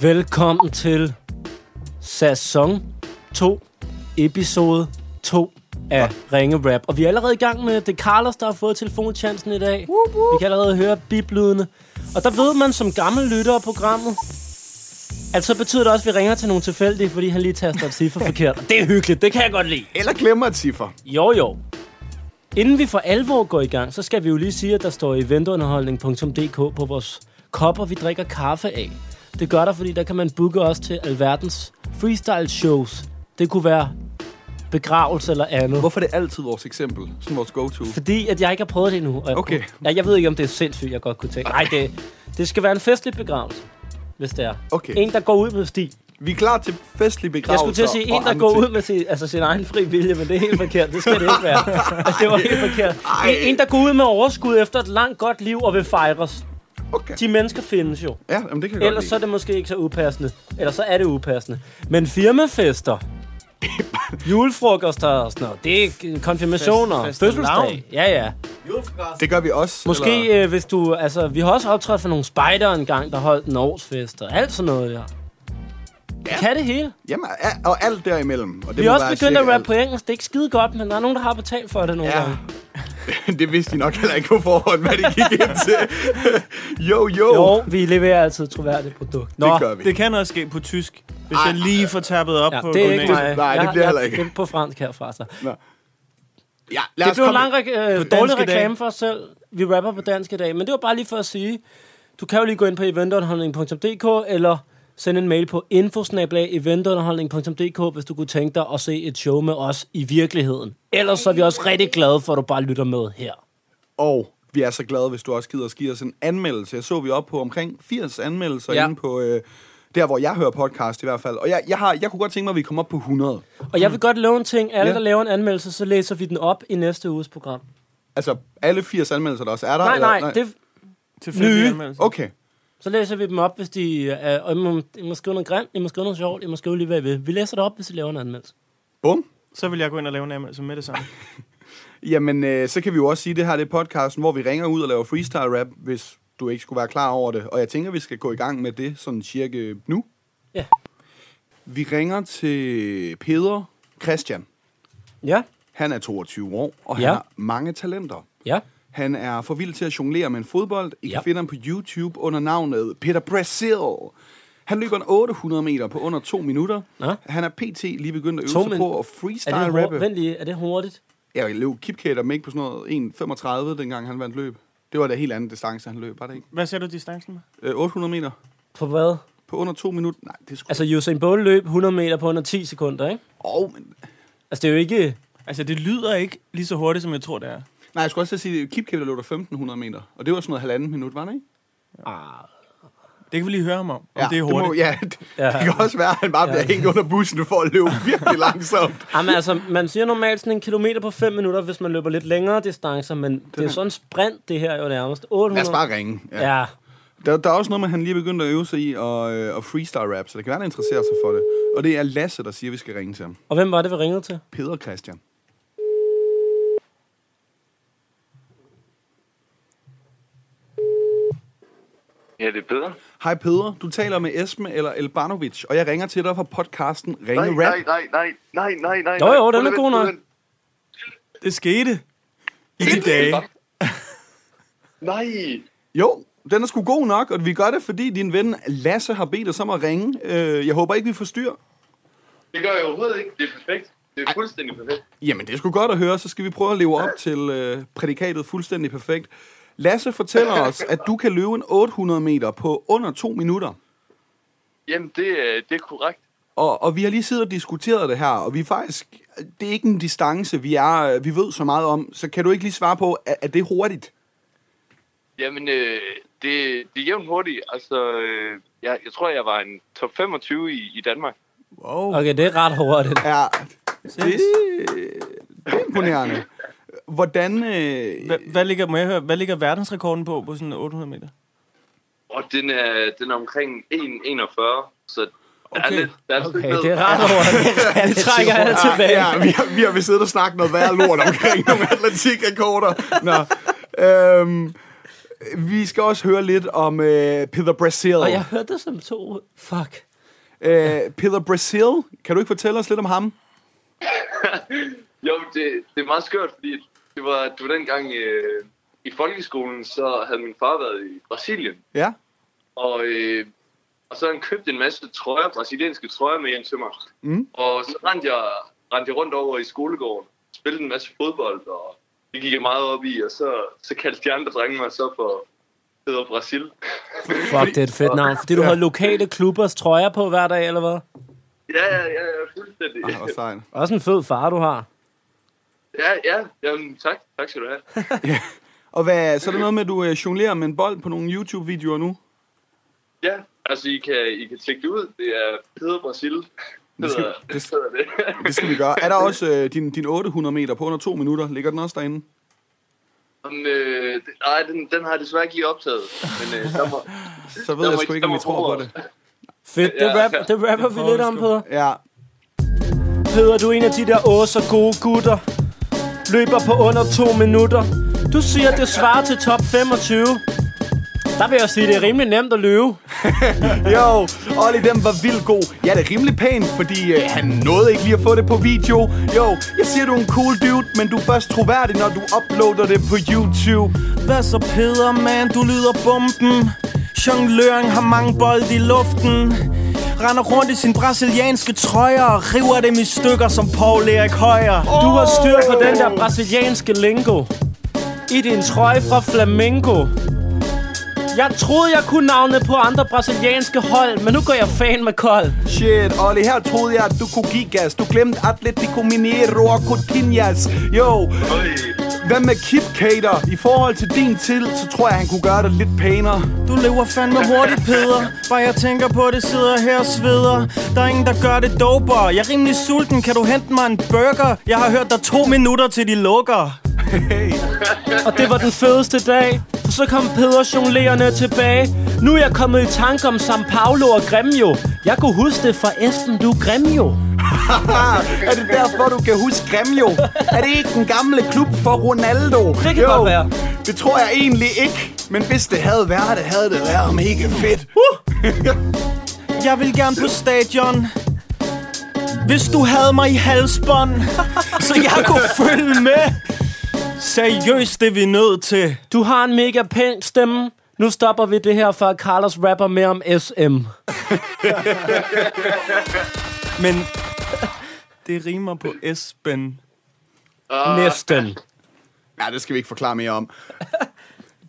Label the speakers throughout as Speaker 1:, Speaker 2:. Speaker 1: Velkommen til sæson 2, episode 2 af Ringe Rap. Og vi er allerede i gang med det Carlos, der har fået telefonchancen i dag. Vi kan allerede høre biblydene. Og der ved man som gammel lytter af programmet, at så betyder det også, at vi ringer til nogle tilfældige, fordi han lige taster et ciffer forkert. Og det er hyggeligt, det kan jeg godt lide.
Speaker 2: Eller glemmer et ciffer.
Speaker 1: Jo, jo. Inden vi for alvor går i gang, så skal vi jo lige sige, at der står eventunderholdning.dk på vores kopper, vi drikker kaffe af. Det gør der, fordi der kan man booke os til alverdens freestyle shows. Det kunne være begravelse eller andet.
Speaker 2: Hvorfor er det altid vores eksempel? Sådan vores go-to.
Speaker 1: Fordi at jeg ikke har prøvet det endnu. og jeg-
Speaker 2: Okay.
Speaker 1: Ja, jeg ved ikke, om det er sindssygt, jeg godt kunne tænke. Nej, det, det skal være en festlig begravelse, hvis det er.
Speaker 2: Okay.
Speaker 1: En, der går ud med stil.
Speaker 2: Vi er klar til festlige
Speaker 1: Jeg
Speaker 2: begravelser.
Speaker 1: skulle til at sige, en, der går ud med sin, altså sin egen fri vilje, men det er helt forkert. Det skal det ikke være. Altså, det var helt forkert. En, en, der går ud med overskud efter et langt godt liv og vil fejres.
Speaker 2: Okay.
Speaker 1: De mennesker findes jo.
Speaker 2: Ja, jamen, det kan jeg
Speaker 1: Ellers så er
Speaker 2: godt
Speaker 1: det måske ikke så upassende. Eller så er det upassende. Men firmafester, julefrokoster og sådan noget, det er konfirmationer,
Speaker 3: Fest-
Speaker 1: fødselsdag.
Speaker 3: fastelavn.
Speaker 1: Ja, ja.
Speaker 2: lide. Det gør vi også. eller-
Speaker 1: Måske øh, hvis du, altså, vi har også optrådt for nogle spejder engang, der holdt en årsfest og alt sådan noget der. Ja. Kan det hele.
Speaker 2: Jamen, a- og alt derimellem. Og det
Speaker 1: Vi
Speaker 2: må
Speaker 1: er også
Speaker 2: være
Speaker 1: begyndt
Speaker 2: cirka
Speaker 1: at rappe
Speaker 2: alt.
Speaker 1: på engelsk. Det er ikke skide godt, men der er nogen, der har betalt for det nogle
Speaker 2: Ja.
Speaker 1: gange.
Speaker 2: det vidste de nok heller ikke på forhånd, hvad det gik ind til. jo, jo.
Speaker 1: Jo, vi leverer altid et troværdigt produkt. Nå,
Speaker 2: Det gør vi.
Speaker 3: Det kan også ske på tysk, hvis Ej. jeg lige får tappet op
Speaker 1: Ja,
Speaker 3: på
Speaker 1: det er ikke
Speaker 3: gymnasiet.
Speaker 1: mig.
Speaker 2: Nej, det
Speaker 1: Jeg-
Speaker 2: bliver
Speaker 1: jeg-
Speaker 2: heller ikke.
Speaker 1: Det er på fransk herfra, så. Det
Speaker 2: Nå. Ja, lad os
Speaker 1: blev en
Speaker 2: komme-
Speaker 1: lang re- øh,
Speaker 3: På
Speaker 1: dårlig
Speaker 3: dansk i dag.
Speaker 1: reklame for os selv. Vi rapper på dansk i dag, men det var bare lige for at sige, du kan jo lige gå ind på eventunderholdning.dk eller sende en mail på infosnablag.eventunderholdning.dk, hvis du kunne tænke dig at se et show med os i virkeligheden. Ellers så er vi også rigtig glade for, at du bare lytter med her.
Speaker 2: Og vi er så glade, hvis du også gider at give os en anmeldelse. Jeg så, vi er oppe på omkring 80 anmeldelser
Speaker 1: Ja.
Speaker 2: ja. inde på... Øh, der, hvor jeg hører podcast i hvert fald. Og jeg, jeg, har, jeg kunne godt tænke mig, at vi kom op på 100.
Speaker 1: Og jeg vil godt love en ting. Alle,
Speaker 2: Mm. Ja.
Speaker 1: der laver en anmeldelse, så læser vi den op i næste uges program.
Speaker 2: Altså, alle 80 anmeldelser, der også er der?
Speaker 1: Nej,
Speaker 2: eller-
Speaker 1: nej, det,
Speaker 3: Til
Speaker 1: Nye.
Speaker 2: Okay.
Speaker 1: så læser vi dem op, hvis de... Øh, og I må, I må skrive noget grimt, I må skrive noget sjovt, I må skrive lige, hvad I vil. Vi læser det op, hvis I laver en anmeldelse.
Speaker 2: Bum.
Speaker 3: Så vil jeg gå ind og lave en anmeldelse med det samme.
Speaker 2: Jamen, øh, så kan vi jo også sige, at det her det er podcasten, hvor vi ringer ud og laver freestyle rap, hvis du ikke skulle være klar over det. Og jeg tænker, vi skal gå i gang med det sådan cirka nu.
Speaker 1: Ja.
Speaker 2: Vi ringer til Peder Christian.
Speaker 1: Ja,
Speaker 2: Han er 22 år, og
Speaker 1: Ja.
Speaker 2: han har mange talenter.
Speaker 1: ja.
Speaker 2: Han er for vild til at jonglere med en fodbold. I
Speaker 1: Ja.
Speaker 2: kan finde ham på YouTube under navnet Peter Brazil. Han løber en 800 meter på under to minutter.
Speaker 1: Nå.
Speaker 2: Han er pt. lige begyndt at
Speaker 1: To
Speaker 2: øve sig
Speaker 1: min-
Speaker 2: på at
Speaker 1: Er det,
Speaker 2: freestyle
Speaker 1: hurtigt?
Speaker 2: rappe.
Speaker 1: Vent lige, er det hurtigt?
Speaker 2: Jeg løb Kipkater med ikke på sådan noget 1,35, dengang han vandt løb. Det var da helt anden distance, han løb, var det ikke?
Speaker 3: Hvad ser du distancen med?
Speaker 2: Øh, 800 meter
Speaker 1: På hvad?
Speaker 2: på under to minutter? Nej, det er sgu...
Speaker 1: Altså, Usain Bolt løb 100 meter på under 10 sekunder, ikke?
Speaker 2: Åh, oh, men...
Speaker 1: Altså, det er jo ikke...
Speaker 3: Altså, det lyder ikke lige så hurtigt, som jeg tror, det er.
Speaker 2: Nej, jeg skulle også til at sige, at Kipkater løb der 1500 meter. Og det var sådan noget halvanden minut, var det ikke?
Speaker 1: Ah,
Speaker 3: Det kan vi lige høre ham om, om det er
Speaker 2: Det
Speaker 3: hurtigt.
Speaker 2: må, ja, det,
Speaker 1: Ja.
Speaker 2: ja, det kan også være, at han bare bliver hængt under bussen for at løbe virkelig langsomt.
Speaker 1: Jamen, altså, man siger normalt sådan en kilometer på 5 minutter, hvis man løber lidt længere distancer, men det, det er
Speaker 2: er-
Speaker 1: sådan en sprint, det her jo nærmest.
Speaker 2: Lad
Speaker 1: 800...
Speaker 2: os bare ringe. Ja.
Speaker 1: Ja.
Speaker 2: Der, der er også noget med, at han lige er begyndt at øve sig i og, øh, og freestyle rap, så det kan være, han interesserer sig for det. Og det er Lasse, der siger, at vi skal ringe til ham.
Speaker 1: Og hvem var det, vi ringede til?
Speaker 2: Peder Christian.
Speaker 4: Ja, det er Peder.
Speaker 2: Hej Peder, du taler med Esme eller Elbanovic, og jeg ringer til dig fra podcasten Ringe
Speaker 4: Nej,
Speaker 2: Rap.
Speaker 4: nej, nej, nej, nej, nej, nej.
Speaker 1: Jo,
Speaker 4: nej.
Speaker 1: jo, den er
Speaker 4: Udvend,
Speaker 1: god nok.
Speaker 4: udvend.
Speaker 3: Det skete i de dage.
Speaker 4: Nej,
Speaker 2: Jo, den er sgu god nok, og vi gør det, fordi din ven Lasse har bedt os om at ringe. Øh, jeg håber ikke, vi forstyrrer.
Speaker 4: det gør jeg overhovedet ikke. Det er perfekt. Det er fuldstændig perfekt.
Speaker 2: Jamen, det er sgu godt at høre, så skal vi prøve at leve op til øh, prædikatet fuldstændig perfekt. Lasse fortæller os, at du kan løbe en 800 meter på under to minutter.
Speaker 4: Jamen, det, er- det er korrekt.
Speaker 2: Og, og vi har lige siddet og diskuteret det her, og vi er faktisk... Det er ikke en distance, vi, er, øh, vi ved så meget om, så kan du ikke lige svare på, er, er det hurtigt?
Speaker 4: Jamen, øh, det, det er jævnt hurtigt. Altså, øh, jeg, jeg tror, jeg var en top 25 i, i Danmark.
Speaker 2: Wow.
Speaker 1: Okay, det er ret hurtigt.
Speaker 2: Ja, det, det er imponerende. Hvordan... Øh,
Speaker 3: Hva- Hvad ligger, må jeg høre, hvad ligger verdensrekorden på på sådan 800 meter?
Speaker 4: Og den er, den er omkring 1,41. Så der er
Speaker 3: Okay.
Speaker 4: lidt, der er
Speaker 1: Okay, det er ret hurtigt. Det trækker jeg
Speaker 2: Ja,
Speaker 1: tilbage.
Speaker 2: Ja, vi har, vi har vist siddet og snakket noget værre lort omkring nogle atletikrekorder. Nå. Øhm, Vi skal også høre lidt om øh, Peter Brazil.
Speaker 1: Og jeg hørte det som to. Fuck.
Speaker 2: Øh, Peter Brazil, kan du ikke fortælle os lidt om ham?
Speaker 4: Jo, det, det er meget skørt, fordi det var, det var dengang øh, i folkeskolen, så havde min far været i Brasilien.
Speaker 2: Ja.
Speaker 4: Og, øh, og så havde han købt en masse trøjer, brasilianske trøjer med hjem til mig.
Speaker 2: Mm.
Speaker 4: Og så rendte jeg, rendte jeg rundt over i skolegården, spillede en masse fodbold, og det gik jeg meget op i. Og så, så kaldte de andre drenge mig så for Peder Brasil.
Speaker 1: Fuck, det er et fedt navn. Fordi du havde lokale klubbers trøjer på hver dag, eller hvad?
Speaker 4: Ja, ja, ja, fuldstændig.
Speaker 2: Ej, Ah, hvor sejt.
Speaker 1: Også en fed far, du har.
Speaker 4: Ja, ja, jamen, tak. Tak skal du have.
Speaker 2: Og hvad, så er det noget med, at du øh, jonglerer med en bold på nogle YouTube-videoer nu?
Speaker 4: Ja, altså I kan, I kan tjekke det ud. Det er Peder Brasil. Det
Speaker 2: skal-
Speaker 4: hedder
Speaker 2: det
Speaker 4: det.
Speaker 2: skal-
Speaker 4: hedder det.
Speaker 2: Det skal vi gøre. Er der også øh, din, din 800 meter på under to minutter? Ligger den også derinde?
Speaker 4: Om, øh, det- nej, den, den har jeg desværre ikke lige optaget. Men øh, der må,
Speaker 2: Så ved
Speaker 4: Der
Speaker 2: jeg
Speaker 4: må
Speaker 2: sgu
Speaker 4: I-
Speaker 2: ikke, om
Speaker 4: der må
Speaker 2: I tror på
Speaker 4: ordet.
Speaker 2: det.
Speaker 1: Fedt, det,
Speaker 4: Ja. altså.
Speaker 1: rap, det rapper vi lidt om, Peder.
Speaker 2: Ja.
Speaker 1: Peder, du er en af de der åh, så gode gutter. Løber på under to minutter. Du siger, det svarer til top 25. Der vil jeg sige, det er rimelig nemt at løbe.
Speaker 2: Jo, Olli, den var vildt god. Ja, det er rimelig pænt, fordi øh, han nåede ikke lige at få det på video. Jo, jeg siger, du er en cool dude, men du er først troværdig, når du uploader det på YouTube.
Speaker 5: Hvad så Peder, man? Du lyder bomben Jongløren har mange bold i luften Render rundt i sin brasilianske trøjer Og river dem i stykker som Paul Erik Højer
Speaker 1: Du har styr på den der brasilianske lingo. I din trøje fra Flamengo. Jeg troede, jeg kunne navne på andre brasilianske hold, men nu går jeg fan med kold.
Speaker 2: Shit, Olli, her troede jeg, at du kunne give gas. Du glemte Atletico Mineiro og Coutinhas. Jo, hvad med Kip Cater? I forhold til din til, så tror jeg, han kunne gøre det lidt pænere.
Speaker 5: Du lever fandme hurtigt, Peder Bare jeg tænker på det, sidder jeg her og sveder Der er ingen, der gør det doper Jeg er rimelig sulten, kan du hente mig en burger? Jeg har hørt der er to minutter til de lukker
Speaker 2: Hey.
Speaker 1: Og det var den fedeste dag, for så kom Peder jonglerende tilbage. Nu er jeg kommet i tanke om San Paulo og Gremio. Jeg kunne huske det fra Esben, du er Gremio.
Speaker 2: Ah, er det derfor, du kan huske Gremio? Er det ikke den gamle klub for Ronaldo?
Speaker 1: Det kan godt være.
Speaker 2: Det tror jeg egentlig ikke. Men hvis det havde været det, havde det været mega fedt. Uh!
Speaker 5: Jeg vil gerne på stadion Hvis du havde mig i halsbånd Så jeg kunne følge med Seriøst, det er vi nødt til
Speaker 1: Du har en mega pæn stemme. Nu stopper vi det her, før Carlos rapper mere om SM.
Speaker 5: Men det rimer på Esben
Speaker 4: Ah,
Speaker 1: Næsten.
Speaker 2: Ja, det skal vi ikke forklare mere om. Tak.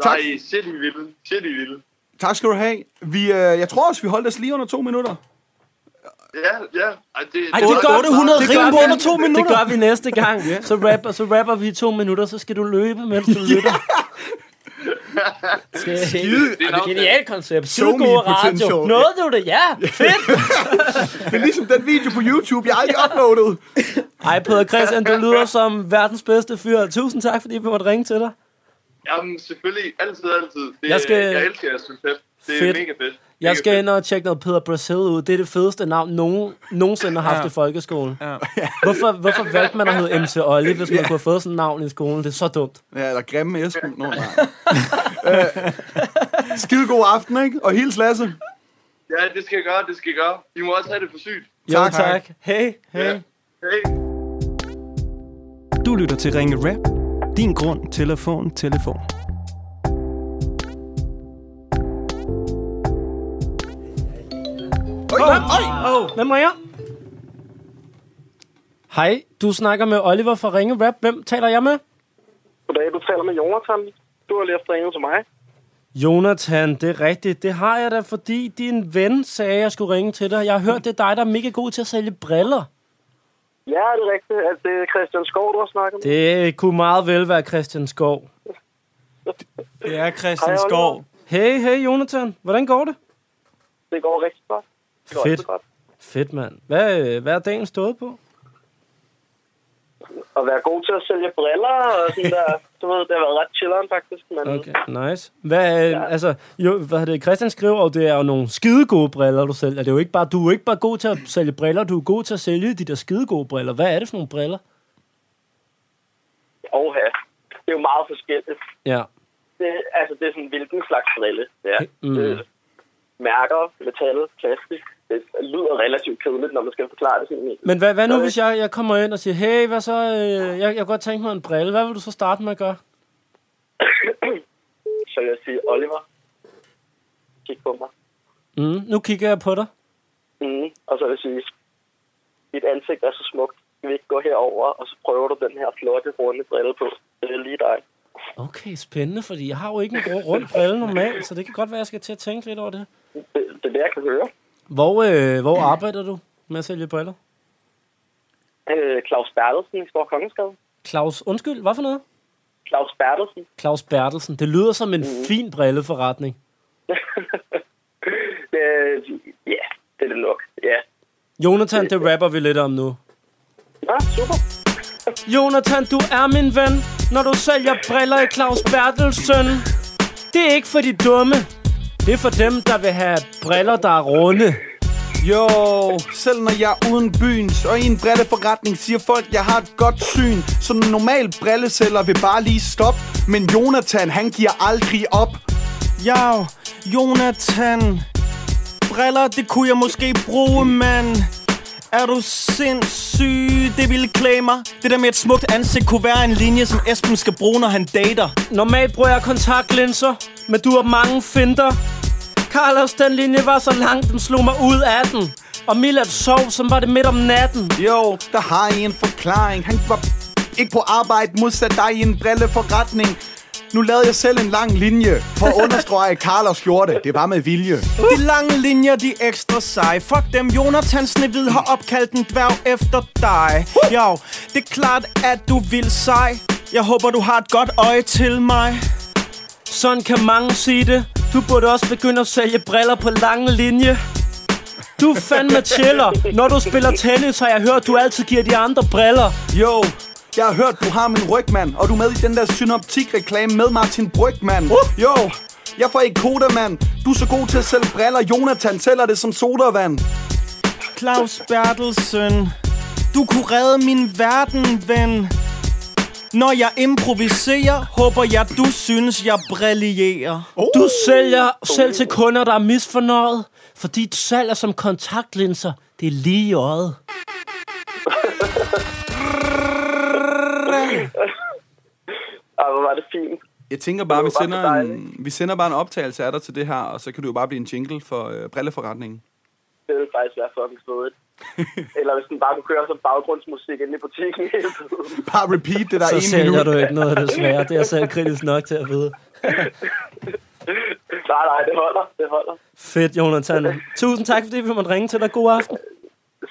Speaker 4: nej, shit, I er vilde. Shit, I er vilde.
Speaker 2: Tak skal du have. Vi, øh, jeg tror også, vi holdt os lige under to minutter.
Speaker 4: Ja, ja. Ej, det,
Speaker 1: Ej,
Speaker 4: det,
Speaker 1: det gør-
Speaker 5: 800
Speaker 1: det gør
Speaker 5: rim på
Speaker 1: vi-
Speaker 5: under to
Speaker 1: Det
Speaker 5: minutter
Speaker 1: gør vi næste gang. Så, rapper, så rapper vi i to minutter, så skal du løbe, mens du lytter. Skide.
Speaker 4: det er en
Speaker 1: Genialt koncept.
Speaker 2: Show
Speaker 1: Skide
Speaker 2: me
Speaker 1: god
Speaker 2: potential.
Speaker 1: radio. Nåede du det? Ja, fedt.
Speaker 2: Det er ligesom den video på YouTube, jeg aldrig uploadede.
Speaker 1: Ej, Peder Christian, du lyder som verdens bedste fyr. Tusind tak, fordi vi måtte ringe til dig.
Speaker 4: Jamen, selvfølgelig. Altid, altid. Det,
Speaker 1: Jeg
Speaker 4: jeg,
Speaker 1: skal-
Speaker 4: skal... jeg elsker jeres koncept. Det er
Speaker 1: Fedt.
Speaker 4: mega fedt.
Speaker 1: Jeg
Speaker 4: Mega
Speaker 1: skal
Speaker 4: fedt.
Speaker 1: ind og tjekke noget Peder Brazil ud. Det er det fedeste navn, nogen nogensinde har haft i folkeskolen. Hvorfor, hvorfor valgte man at hedde MC Olli, hvis man kunne have fået sådan et navn i skolen? Det er så dumt.
Speaker 2: Ja, eller grimme Esben. Nå, nej. øh, skide god aften, ikke? Og hils Lasse.
Speaker 4: Ja, det skal jeg gøre, det skal jeg gøre. I må også have det for sygt.
Speaker 1: Jo,
Speaker 2: Tak,
Speaker 1: tak.
Speaker 2: tak.
Speaker 1: tak. Hey.
Speaker 4: Ja. Hey.
Speaker 5: Du lytter til Ringe Rap Din grund, telefon, telefon
Speaker 2: Øj, øj, øj.
Speaker 1: Hvem er jeg? Hej, du snakker med Oliver fra Ringe Rap. Hvem taler jeg med?
Speaker 6: Goddag, du taler med Jonathan. Du har lige haft ringet til mig.
Speaker 1: Jonathan, det er rigtigt. Det har jeg da, fordi din ven sagde, at jeg skulle ringe til dig. Jeg har hørt, det er dig, der er mega god til at sælge briller.
Speaker 6: Ja, det er rigtigt. Altså, det er Christian Skov, du har snakket med.
Speaker 1: Det kunne meget vel være Christian Skov.
Speaker 5: Det er Christian
Speaker 6: Hej, Oliver.
Speaker 5: Skov
Speaker 1: Hey, hey Jonathan. Hvordan går det?
Speaker 6: Det går rigtig godt. Det går
Speaker 1: Fedt.
Speaker 6: rigtig godt.
Speaker 1: Fedt, mand. Hvad, øh, hvad er dagen stået på?
Speaker 6: At være god til at sælge briller og sådan der. Du ved, det har været ret chilleren faktisk. Men
Speaker 1: Okay, nice. Hvad, ja. altså, jo, hvad er det, Christian skriver, og det er jo nogle skide gode briller, du sælger. Det er jo ikke bare, du er ikke bare god til at sælge briller, du er god til at sælge de der skide gode briller. Hvad er det for nogle briller?
Speaker 6: oha, det er jo meget forskelligt.
Speaker 1: Ja,
Speaker 6: Det det, altså, det er sådan, hvilken slags brille det er.
Speaker 1: Mm.
Speaker 6: Mm. Det er mærker, metal, plastik. Det lyder relativt kedeligt, når man skal forklare det sådan.
Speaker 1: Men hvad, hvad nu, hvis jeg, jeg kommer ind og siger, hey, hvad så, øh, jeg, jeg kunne godt tænke mig en brille. Hvad vil du så starte med at gøre?
Speaker 6: Så vil jeg sige, Oliver, kig på mig.
Speaker 1: Mm, nu kigger jeg på dig.
Speaker 6: Mm. Og så vil jeg sige, dit ansigt er så smukt. Skal vi ikke gå herover og så prøver du den her flotte, runde brille på? Det er lige dig.
Speaker 1: Okay, spændende, fordi jeg har jo ikke en grå rund brille normalt, så det kan godt være, jeg skal til at tænke lidt over det.
Speaker 6: Det, det er det, jeg kan høre.
Speaker 1: Hvor, øh, hvor arbejder du med at sælge briller?
Speaker 6: Øh, Claus Bertelsen i Stor Kongeskade.
Speaker 1: Claus, undskyld, hvad for noget?
Speaker 6: Claus Bertelsen.
Speaker 1: Claus Bertelsen. Det lyder som en fin brilleforretning.
Speaker 6: Øh, ja, det er det nok. Ja.
Speaker 1: Jonathan, det rapper vi lidt om nu.
Speaker 6: Nå, super.
Speaker 1: Jonathan, du er min ven, når du sælger briller i Claus Bertelsen. Det er ikke for de dumme. Det er for dem, der vil have briller, der er runde.
Speaker 2: Jo, selv når jeg er uden byens og i en brilleforretning siger folk, jeg har et godt syn. Så en normal brillesælger vil bare lige stoppe, men Jonathan, han giver aldrig op.
Speaker 5: Ja, Jonathan. Briller, det kunne jeg måske bruge, mand. Er du sindssyg? Det ville klæde mig. Det der med et smukt ansigt kunne være en linje, som Esben skal bruge, når han dater.
Speaker 1: Normalt bruger jeg kontaktlinser, men du har mange finder. Carlos, den linje var så lang, den slog mig ud af den. Og Milad sov, som var det midt om natten.
Speaker 2: Jo, der har I en forklaring. Han var ikke på arbejde modsat dig i en brilleforretning. Nu lavede jeg selv en lang linje for at understrege Carlos skjorte. Det var med vilje.
Speaker 5: De lange linjer, de er ekstra seje. Fuck dem, Jonathan Snehvid har opkaldt en dværg efter dig. Jo, det er klart, at du vil sej. Jeg håber, du har et godt øje til mig.
Speaker 1: Sådan kan mange sige det. Du burde også begynde at sælge briller på lange linje. Du er fandme chiller. Når du spiller tennis, har jeg hørt, du altid giver de andre briller.
Speaker 2: Jo, jeg har hørt, du har min rygmand, og du er med i den der synoptik-reklame med Martin Brygman. Uh. Jo, jeg får ikke koda, mand. Du er så god til at sælge briller. Jonathan sælger det som sodavand.
Speaker 5: Claus Bertelsen. Du kunne redde min verden, ven. Når jeg improviserer, håber jeg, du synes, jeg brillerer.
Speaker 1: Du sælger selv til kunder, der er misfornøjet. For dit salg er som kontaktlinser. Det er lige i øjet.
Speaker 6: Ej, hvor var det fint.
Speaker 2: Jeg tænker bare, vi
Speaker 6: Det var
Speaker 2: sender,
Speaker 6: bare så
Speaker 2: en, vi sender bare en optagelse af dig til det her, og så kan du jo bare blive en jingle for øh, brilleforretningen.
Speaker 6: Det ville faktisk være fucking svedigt. Eller hvis den bare kunne køre som baggrundsmusik inde i butikken hele tiden.
Speaker 2: Bare repeat det der
Speaker 1: Så
Speaker 2: en
Speaker 1: sælger
Speaker 2: minut.
Speaker 1: du ikke noget, desværre. Det er jeg selv kritisk nok til at vide.
Speaker 6: Nej, nej, det holder. Det holder.
Speaker 1: Fedt, Jonathan. Tusind tak, fordi vi måtte ringe til dig. God aften.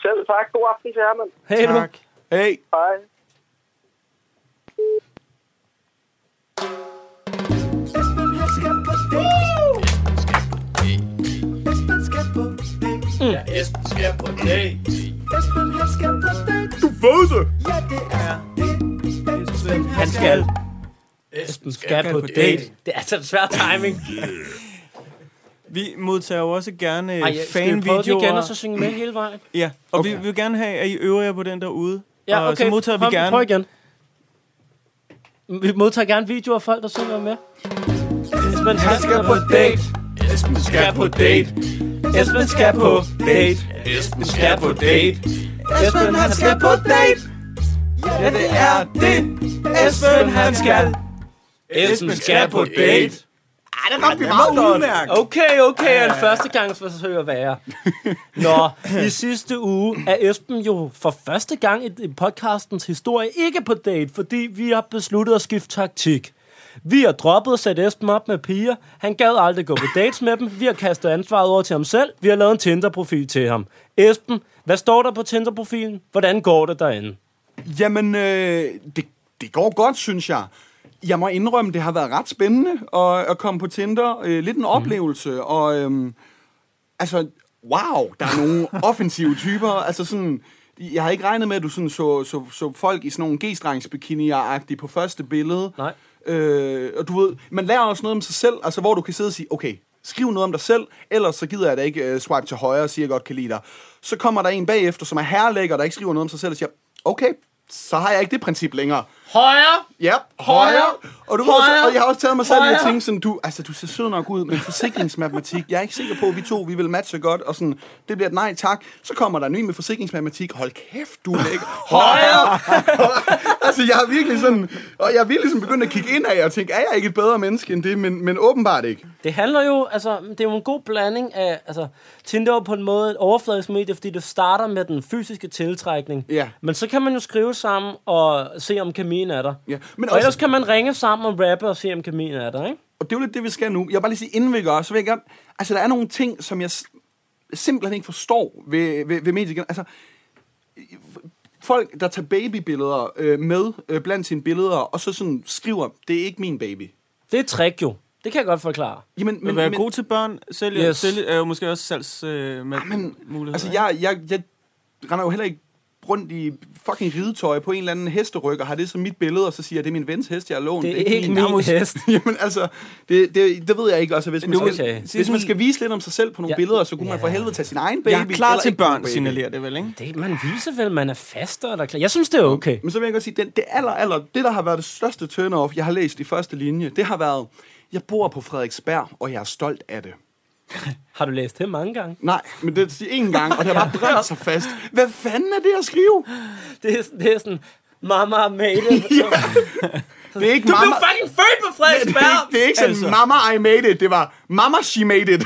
Speaker 6: Selv tak. God aften til jer, mand.
Speaker 1: Hej nu.
Speaker 2: Tak. Hey.
Speaker 6: Hej.
Speaker 1: Han skal. Esben skal på date. Det er altså en svær timing.
Speaker 5: Vi modtager jo også gerne
Speaker 1: Ej,
Speaker 5: Ej,
Speaker 1: jeg skal vi prøve
Speaker 5: fanvideoer.
Speaker 1: den igen, og så synge med hele vejen?
Speaker 5: Ja, og okay. vi vil gerne have, at I øver jer på den derude.
Speaker 1: Ja,
Speaker 5: og
Speaker 1: okay.
Speaker 5: så modtager vi
Speaker 1: prøv,
Speaker 5: gerne...
Speaker 1: Prøv igen. Vi modtager gerne videoer af folk, der synger med. Esben, han skal på date. Esben skal på date. Esben skal på date. Esben skal på date. Esben, han skal på date.
Speaker 2: Ja, det er det.
Speaker 1: Esben, han skal. Esben skal på date.
Speaker 2: Kom, vi meget udmærket.
Speaker 1: Okay, okay, en førstegangsforsøg at være. Nå, i sidste uge er Esben jo for første gang i i podcastens historie ikke på date, fordi vi har besluttet at skifte taktik. Vi har droppet at sætte Esben op med piger. Han gad aldrig gå på dates med dem. Vi har kastet ansvaret over til ham selv. Vi har lavet en Tinder-profil til ham. Esben, hvad står der på Tinder-profilen? Hvordan går det derinde?
Speaker 2: Jamen, øh, det, det går godt, synes jeg. Jeg må indrømme, det har været ret spændende at, at komme på Tinder. Øh, lidt en oplevelse, og øhm, altså, wow, der er nogle offensive typer. Altså sådan, jeg havde ikke regnet med, at du sådan så, så, så folk i sådan nogle g-strengsbikinier-agtige på første billede.
Speaker 1: Nej.
Speaker 2: Øh, og du ved, man lærer også noget om sig selv, altså hvor du kan sidde og sige, okay, skriv noget om dig selv, ellers så gider jeg da ikke øh, swipe til højre og sige, jeg godt kan lide dig. Så kommer der en bagefter, som er herrelægger, der ikke skriver noget om sig selv, og siger, okay, så har jeg ikke det princip længere.
Speaker 1: Højre!
Speaker 2: Ja, højere. Og, du højere,
Speaker 1: Højere.
Speaker 2: også, og jeg har også taget mig selv i at
Speaker 1: Højere.
Speaker 2: tænke sådan, du, altså, du ser sød nok ud, men forsikringsmatematik, jeg er ikke sikker på, at vi to vi vil matche godt, og sådan, det bliver et nej tak. Så kommer der en ny med forsikringsmatematik, hold kæft, du er lækker. Højere! altså, jeg er virkelig sådan, og jeg er virkelig sådan begyndt at kigge ind af og tænke, er jeg ikke et bedre menneske end det, men, men åbenbart ikke.
Speaker 1: Det handler jo, altså, det er jo en god blanding af, altså, Tinder er jo på en måde et overfladisk medie, fordi du starter med den fysiske tiltrækning.
Speaker 2: Ja.
Speaker 1: Men så kan man jo skrive sammen og se, om kemien er der.
Speaker 2: Ja, men
Speaker 1: Men og
Speaker 2: også-
Speaker 1: også... ellers kan man ringe sammen og rappe og se, om kemien er der, ikke?
Speaker 2: Og det er jo lidt det, vi skal nu. Jeg vil bare lige sige, inden vi gør, så vil jeg gerne... Altså, der er nogle ting, som jeg s- simpelthen ikke forstår ved, ved, ved medier. Altså, folk, der tager babybilleder øh, med øh, blandt sine billeder, og så sådan skriver, det er ikke min baby.
Speaker 1: Det er et trick jo. Det kan jeg godt forklare.
Speaker 2: Jamen,
Speaker 3: Men, være god til børn, sælge,
Speaker 1: Yes.
Speaker 3: yes. sælge er jo måske også salgs øh, med
Speaker 2: men,
Speaker 3: muligheder.
Speaker 2: altså,
Speaker 3: ikke?
Speaker 2: jeg, jeg, jeg render jo heller ikke rundt i fucking ridetøj på en eller anden hesteryg, og har det som mit billede, og så siger jeg, det er min vens hest, jeg har lånt.
Speaker 1: Det er ikke
Speaker 2: min."
Speaker 1: min hest.
Speaker 2: Jamen altså, det, det, det ved jeg ikke. Altså, hvis man,
Speaker 1: Okay.
Speaker 2: skal, hvis man skal vise lidt om sig selv på nogle
Speaker 1: Ja.
Speaker 2: ja. billeder, så kunne man
Speaker 1: Ja.
Speaker 2: for helvede tage sin egen baby.
Speaker 3: jeg er klar
Speaker 2: eller
Speaker 3: til
Speaker 2: ikke nogen
Speaker 3: børn,
Speaker 2: baby.
Speaker 3: signalerer det vel, ikke?
Speaker 1: Det, man viser vel, man er fast og der er klar. Jeg synes, det er okay.
Speaker 2: Men så vil jeg godt sige, den, det aller, aller, det der har været det største turn-off, jeg har læst i første linje, det har været, jeg bor på Frederiksberg, og jeg er stolt af det.
Speaker 1: Har du læst det mange gange?
Speaker 2: Nej, men det siger én gang, og det har bare brændt sig fast. Hvad fanden er det at skrive?
Speaker 1: Det er, det er sådan, mama made it. ja.
Speaker 2: Det er ikke
Speaker 1: Du blev
Speaker 2: mamma...
Speaker 1: fucking født på
Speaker 2: Det er, ikke,
Speaker 1: Frederiksberg!
Speaker 2: det er ikke sådan, altså.
Speaker 3: Altså.
Speaker 2: mamma I made it, det var mamma she made it.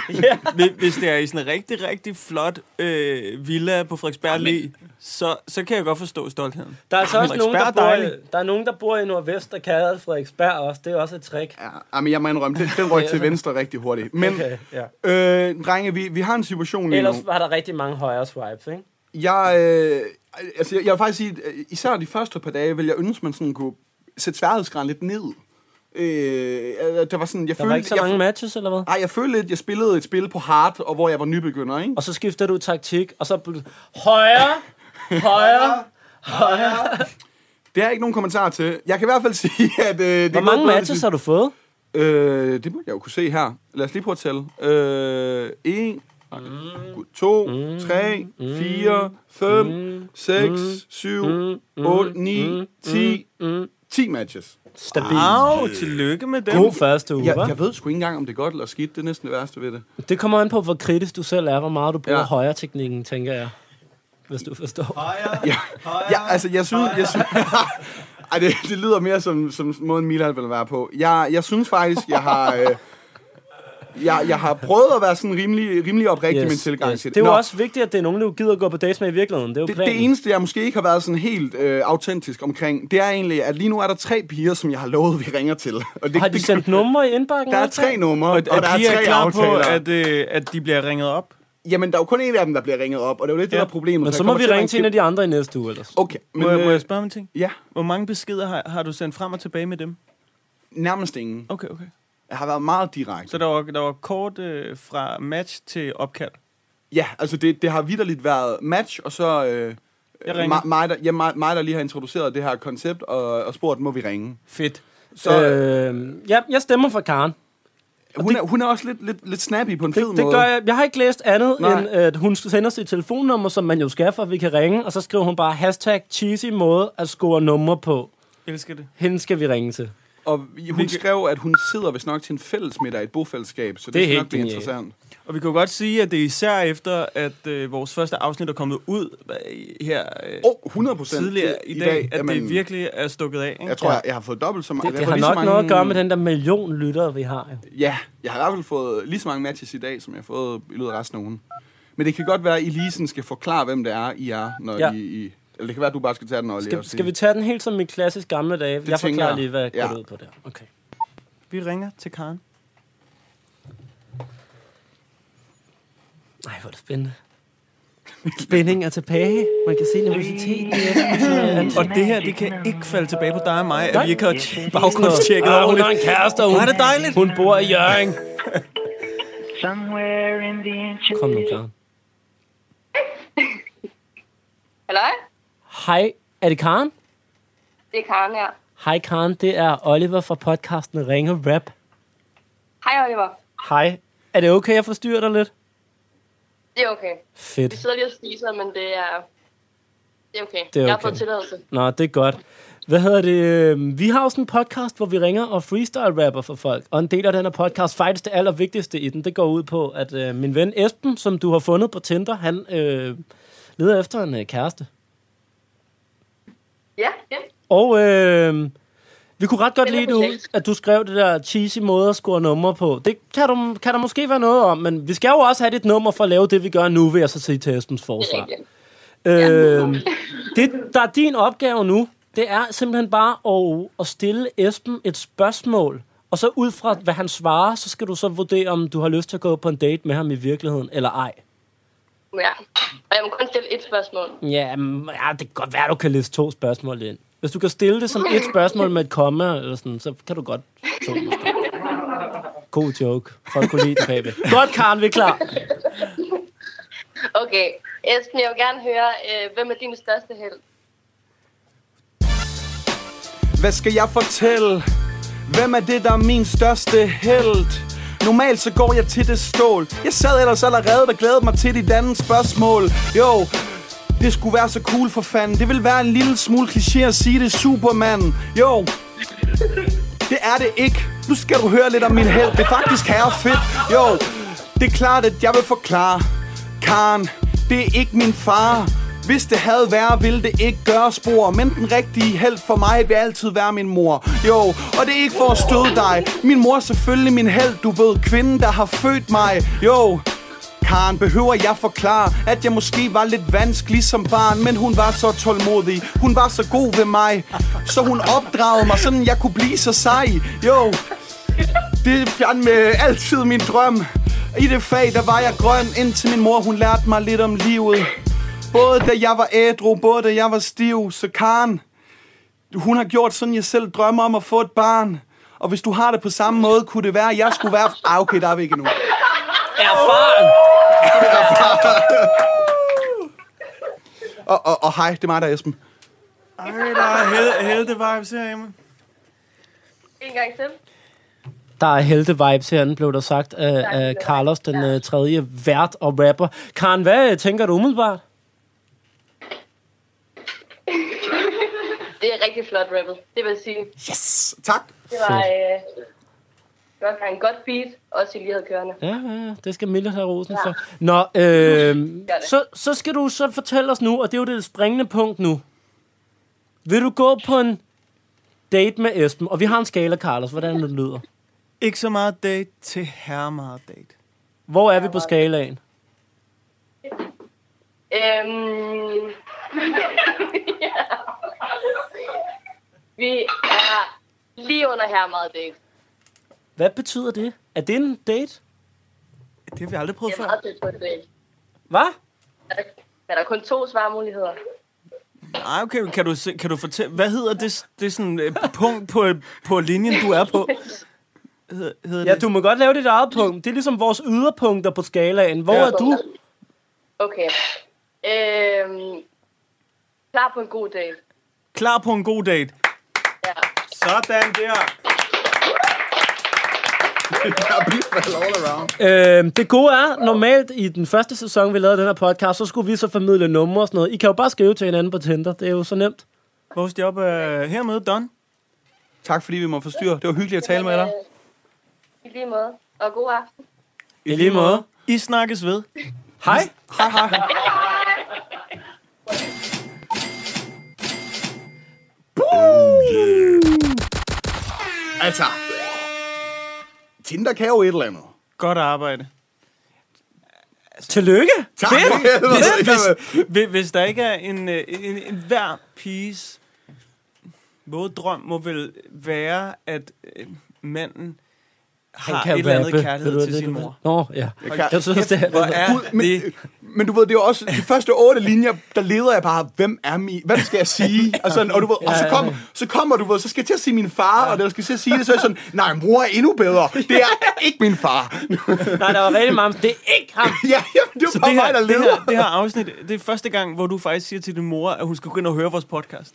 Speaker 3: Hvis- Hvis det er i sådan en rigtig, rigtig flot øh, villa på Frederiksberg Allé, så, så kan jeg godt forstå stoltheden. Ah,
Speaker 1: Der er så også nogen, der
Speaker 3: Frederiksberg
Speaker 1: bor
Speaker 3: er
Speaker 1: i,
Speaker 3: dejlig.
Speaker 1: der er nogen, der bor i Nordvest, der kalder det Frederiksberg også. Det er også et trick.
Speaker 2: Ja, ej, men jeg må indrømme, den, den røg til venstre rigtig hurtigt. Men,
Speaker 1: Okay, ja.
Speaker 2: øh, drenge, vi, vi har en situation lige nu.
Speaker 1: Ellers var der rigtig mange højere swipes, ikke?
Speaker 2: Jeg, øh, altså, jeg, jeg vil faktisk sige, øh, især de første par dage, ville jeg ønske, man sådan kunne sætte sværhedsgraden lidt ned. Øh, øh, der var sådan, jeg
Speaker 1: Der
Speaker 2: følte,
Speaker 1: var ikke så
Speaker 2: jeg,
Speaker 1: mange matches, eller hvad?
Speaker 2: Ej, jeg følte lidt, jeg spillede et spil på hard, og hvor jeg var nybegynder, ikke?
Speaker 1: Og så skifter du taktik, og så blev det højere, højere.
Speaker 2: Det har jeg ikke nogen kommentar til. Jeg kan i hvert fald sige, at... Øh, det
Speaker 1: Hvor mange matches har du fået?
Speaker 2: Øh, det må jeg jo kunne se her. Lad os lige prøve at tælle. Øh, 1, 2,
Speaker 3: Mm.
Speaker 2: 3, 4, 5, 6, 7,
Speaker 3: Mm.
Speaker 2: 8, 9, 10, 10 matches. Øh,
Speaker 1: Stabil.
Speaker 3: Au, tillykke med dem.
Speaker 1: God første uge,
Speaker 2: Jeg,
Speaker 1: hva?
Speaker 2: jeg ved sgu ikke engang, om det er godt eller skidt. Det er næsten det værste ved det.
Speaker 1: Det kommer an på, hvor kritisk du selv er, hvor meget du bruger
Speaker 2: Ja.
Speaker 1: højere teknikken, tænker jeg. Hvis du forstår.
Speaker 2: Ja, ja altså, jeg synes... Jeg synes ej, det, det lyder mere som, som måden, Milan vil være på. Jeg, jeg synes faktisk, jeg har... Øh, jeg, jeg har prøvet at være sådan rimelig, rimelig oprigtig yes, med min tilgang til det.
Speaker 1: Det er jo
Speaker 2: Nå.
Speaker 1: også vigtigt, at det er nogen, du gider at gå på dates med i virkeligheden. Det er jo
Speaker 2: Det,
Speaker 1: planen.
Speaker 2: det eneste, jeg måske ikke har været sådan helt øh, autentisk omkring, det er egentlig, at lige nu er der tre piger, som jeg har lovet, vi ringer til. Og det,
Speaker 1: Har de
Speaker 2: det-
Speaker 1: sendt numre i indbakken?
Speaker 2: Der er
Speaker 1: også?
Speaker 2: tre numre, og,
Speaker 3: Og, at
Speaker 2: og der er
Speaker 3: de er
Speaker 2: tre
Speaker 3: klar
Speaker 2: aftaler.
Speaker 3: på, at, øh, at de bliver ringet op.
Speaker 2: Jamen, der er jo kun en af dem, der bliver ringet op, og det er jo lidt ja. det, der er problemet.
Speaker 1: Men
Speaker 2: jeg
Speaker 1: så må
Speaker 2: kommer
Speaker 1: vi
Speaker 2: at
Speaker 1: ringe til en af
Speaker 2: ringe
Speaker 1: de andre i næste uge ellers.
Speaker 2: Okay, men,
Speaker 3: Må, jeg- må
Speaker 2: øh,
Speaker 3: jeg spørge om en ting?
Speaker 2: ja,
Speaker 3: Hvor mange beskeder har, har du sendt frem og tilbage med dem?
Speaker 2: nærmest ingen.
Speaker 3: Okay, okay.
Speaker 2: Jeg har været meget direkte.
Speaker 3: Så der var, der var kort øh, fra match til opkald.
Speaker 2: Ja, altså det, det har vidderligt været match, og så øh,
Speaker 3: Jeg ringer.
Speaker 2: mig, mig, der, ja, mig, mig, der lige har introduceret det her koncept, og, og spurgt, må vi ringe?
Speaker 3: Fedt.
Speaker 2: Så øh,
Speaker 1: Øh, ja, jeg stemmer for Karen.
Speaker 2: hun, er, hun er også lidt, lidt, lidt snappy på en fed
Speaker 1: Det, det
Speaker 2: måde.
Speaker 1: gør jeg. Jeg har ikke læst andet, Nej.
Speaker 2: Nej.
Speaker 1: end at hun sender sit telefonnummer, som man jo skal, for at vi kan ringe. Og så skriver hun bare hashtag cheesy måde at score numre på.
Speaker 3: Elsker det.
Speaker 1: Hende skal vi ringe til.
Speaker 2: Og hun skrev, at hun sidder vist nok til en fælles middag i et bofællesskab, så det,
Speaker 1: Det er
Speaker 2: det er nok
Speaker 1: helt
Speaker 2: blive
Speaker 1: genialt.
Speaker 2: interessant.
Speaker 3: Og vi kan jo godt sige, at det er især efter, at øh, vores første afsnit er kommet ud øh, her øh,
Speaker 2: Åh, oh, 100 procent
Speaker 3: tidligere i dag, at det virkelig er stukket af. Ikke?
Speaker 2: Jeg tror, jeg, jeg har fået dobbelt så meget.
Speaker 1: Det, det har nok mange... noget at gøre med den der million lyttere, vi har. Jo.
Speaker 2: Ja, jeg har i hvert fald fået lige så mange matches i dag, som jeg har fået i løbet af resten af ugen. Men det kan godt være, at I lige sådan skal forklare, hvem det er, I er, når
Speaker 1: Ja.
Speaker 2: ja. I, I... Eller det kan være, at du bare skal tage den, Olli.
Speaker 1: Skal,
Speaker 2: og sige-
Speaker 1: skal vi tage den helt som i klassisk gamle dage? jeg
Speaker 2: tænker
Speaker 1: forklarer
Speaker 2: jeg.
Speaker 1: lige, hvad jeg
Speaker 2: Ja.
Speaker 1: går ud på der. Okay.
Speaker 3: Vi ringer til Karen.
Speaker 1: Nej, hvor er det spændende. Spænding er tilbage. Man kan se nervøsiteten. i øjnene.
Speaker 3: Og det her, det kan ikke falde tilbage på dig og mig,
Speaker 1: Nej.
Speaker 3: at vi ikke har tj- baggrundstjekket
Speaker 1: Ah, hun
Speaker 3: ordentligt.
Speaker 1: har en kæreste, og hun,
Speaker 3: Hvor er det dejligt.
Speaker 1: hun bor i Jørgen.
Speaker 7: Somewhere in the ancient
Speaker 1: Kom nu, Karen.
Speaker 8: Hallo,
Speaker 1: Hej, er det Karen?
Speaker 8: det er Karen her.
Speaker 1: Hej Karen, det er Oliver fra podcasten Ringe Rap.
Speaker 8: Hej Oliver.
Speaker 1: Hej. Er det okay, jeg forstyrrer dig lidt?
Speaker 8: Det er okay.
Speaker 1: Fedt.
Speaker 8: Vi sidder lige og spiser, men det er, det er okay.
Speaker 1: Det er
Speaker 8: Jeg har
Speaker 1: okay.
Speaker 8: fået tilladelse.
Speaker 1: Nå, det er godt. Hvad hedder det? øhm, Vi har jo sådan en podcast, hvor vi ringer og freestyle-rapper for folk. Og en del af den her podcast, faktisk det allervigtigste i den, det går ud på, at øh, min ven Esben, som du har fundet på Tinder, han øh, leder efter en øh, kæreste.
Speaker 8: Ja, ja.
Speaker 1: Og øh, vi kunne ret godt
Speaker 8: Det er
Speaker 1: lide, du,
Speaker 8: projekt.
Speaker 1: at du skrev det der cheesy måde at score numre på. Det kan, du, kan der måske være noget om, men vi skal jo også have dit nummer for at lave det, vi gør nu, vil jeg så sige til Esbens
Speaker 8: det er
Speaker 1: forsvar.
Speaker 8: rigtigt.
Speaker 1: Øh, det, der er din opgave nu, det er simpelthen bare at, at stille Esben et spørgsmål, og så ud fra, hvad han svarer, så skal du så vurdere, om du har lyst til at gå på en date med ham i virkeligheden, eller ej.
Speaker 8: Ja. Og jeg må kun stille et spørgsmål.
Speaker 1: Ja, mm, ja det kan godt være, du kan læse to spørgsmål ind. Hvis du kan stille det som et spørgsmål med et komma, eller sådan, så kan du godt to måske. God joke. Folk kunne lide den, baby. Godt, Karen, vi er klar.
Speaker 8: Okay. Esben, jeg vil gerne høre, øh, hvem er din største held?
Speaker 2: Hvad skal jeg fortælle? Hvem er det, der er min største held? Normalt så går jeg til det stål. Jeg sad ellers allerede og glædede mig til dit andet spørgsmål. Jo, det skulle være så cool for fanden. Det vil være en lille smule kliché at sige det, er Superman. Jo, det er det ikke. Nu skal du høre lidt om min held. Det er faktisk herre fedt. Jo, det er klart, at jeg vil forklare. Karen, det er ikke min far. Hvis det havde været, ville det ikke gøre spor. Men den rigtige held for mig vil altid være min mor. Jo, og det er ikke for at støde dig. Min mor er selvfølgelig min held. Du ved, kvinden, der har født mig. Jo, Karen, behøver jeg forklare, at jeg måske var lidt vanskelig som barn, men hun var så tålmodig. Hun var så god ved mig, så hun opdragede mig, sådan jeg kunne blive så sej. Jo, det er fandme altid min drøm. I det fag, der var jeg grøn, indtil min mor, hun lærte mig lidt om livet. Både da jeg var ædru, både da jeg var stiv, så Karen, hun har gjort sådan, jeg selv drømmer om at få et barn. Og hvis du har det på samme måde, kunne det være, at jeg skulle være... Ah, okay, der er vi ikke endnu.
Speaker 1: Erfaren.
Speaker 2: Og, og, og hej, det er mig, der er Esben.
Speaker 3: Ej, der er hel- helte-vibes herhjemme.
Speaker 8: En gang til.
Speaker 1: Der er helte-vibes herinde, blev der sagt af, af Carlos, den øh, tredje vært og rapper. Karen, hvad øh, tænker du umiddelbart?
Speaker 8: Det er rigtig flot rappet. Det vil jeg sige.
Speaker 2: Yes, tak.
Speaker 8: Det var øh, godt, en godt beat, også I lige havde kørende.
Speaker 1: Ja, ja, ja, det skal Mille have rosen for. Nå, øh, så, så skal du så fortælle os nu, og det er jo det springende punkt nu. Vil du gå på en date med Esben? Og vi har en skala, Carlos, hvordan det lyder.
Speaker 3: Ikke så meget date til herre meget date.
Speaker 1: Hvor er vi på skalaen?
Speaker 8: Øhm, ja. Vi er lige under her meget date.
Speaker 1: Hvad betyder det? Er det en date?
Speaker 3: Det har vi aldrig prøvet
Speaker 8: Det er
Speaker 3: før.
Speaker 8: meget tæt på en date.
Speaker 1: Hvad?
Speaker 8: Er der, er der kun to svarmuligheder?
Speaker 3: Nej, okay, kan du, se- kan du fortælle, hvad hedder det, det sådan øh, punkt på, på linjen, du er på? Hedder, hedder
Speaker 1: Ja,
Speaker 3: det?
Speaker 1: du må godt lave dit eget punkt. Det er ligesom vores yderpunkter på skalaen. Hvor
Speaker 3: Ja.
Speaker 1: er du?
Speaker 8: Okay. Øhm, klar på en god date.
Speaker 3: Klar på en god date.
Speaker 8: Ja.
Speaker 3: Sådan der.
Speaker 1: Øhm, det gode er, normalt i den første sæson, vi lavede den her podcast, så skulle vi så formidle numre og sådan noget. I kan jo bare skrive til hinanden på Tinder. Det er jo så nemt.
Speaker 3: Vores job øh, er hermed done.
Speaker 2: Tak fordi vi må forstyrre. Det var hyggeligt at tale med dig.
Speaker 8: I lige måde. Og god aften.
Speaker 1: I lige måde.
Speaker 3: I snakkes ved.
Speaker 1: Hej.
Speaker 2: Hej, hej. Altså, Tinder kan jo et eller andet.
Speaker 3: Godt arbejde.
Speaker 1: Tillykke.
Speaker 2: Tak for helvede.
Speaker 3: Hvis, hvis der ikke er en, øh, en, en hver piges våde drøm, må vel være, at øh, manden har et eller andet
Speaker 1: rappe. Ved
Speaker 3: kærlighed
Speaker 1: du,
Speaker 3: til
Speaker 1: det,
Speaker 3: sin
Speaker 1: du ved?
Speaker 3: mor.
Speaker 1: Nå, ja. Jeg synes, det
Speaker 3: Hvor
Speaker 1: er...
Speaker 3: er
Speaker 2: Men,
Speaker 3: det
Speaker 2: men du ved, det er jo også de første otte linjer, der leder jeg bare, hvem er min, hvad skal jeg sige? Og, sådan, og, du ved, og så, kom, så kommer du, ved, så skal jeg til at sige min far, og der skal jeg til at sige det, så er jeg sådan, nej, mor er endnu bedre. Det er ikke min far.
Speaker 1: Nej, der var rigtig meget. Det er ikke ham.
Speaker 2: ja, jamen, det er
Speaker 3: Så
Speaker 2: bare
Speaker 3: det her,
Speaker 2: mig, der
Speaker 3: det,
Speaker 2: leder.
Speaker 3: her, det her afsnit, det er første gang, hvor du faktisk siger til din mor, at hun skal gå ind og høre vores podcast.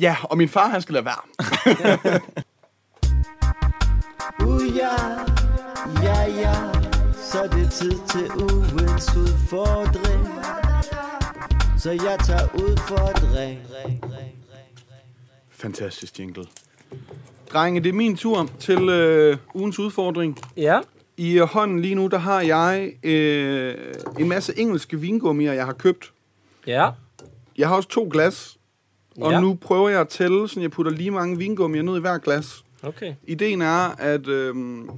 Speaker 2: Ja, og min far, han skal lade være.
Speaker 7: Uh, ja, ja, ja, så er det tid til ugens udfordring. Så jeg tager ud for et ring.
Speaker 2: Fantastisk jingle. Drenge, det er min tur til øh, ugens udfordring.
Speaker 1: Ja.
Speaker 2: I øh, hånden lige nu, der har jeg øh, en masse engelske vingummier, jeg har købt.
Speaker 1: Ja.
Speaker 2: Jeg har også to glas, og
Speaker 1: ja.
Speaker 2: ja. nu prøver jeg at tælle, så jeg putter lige mange vingummier ned i hver glas.
Speaker 1: Okay.
Speaker 2: Ideen er, at øhm,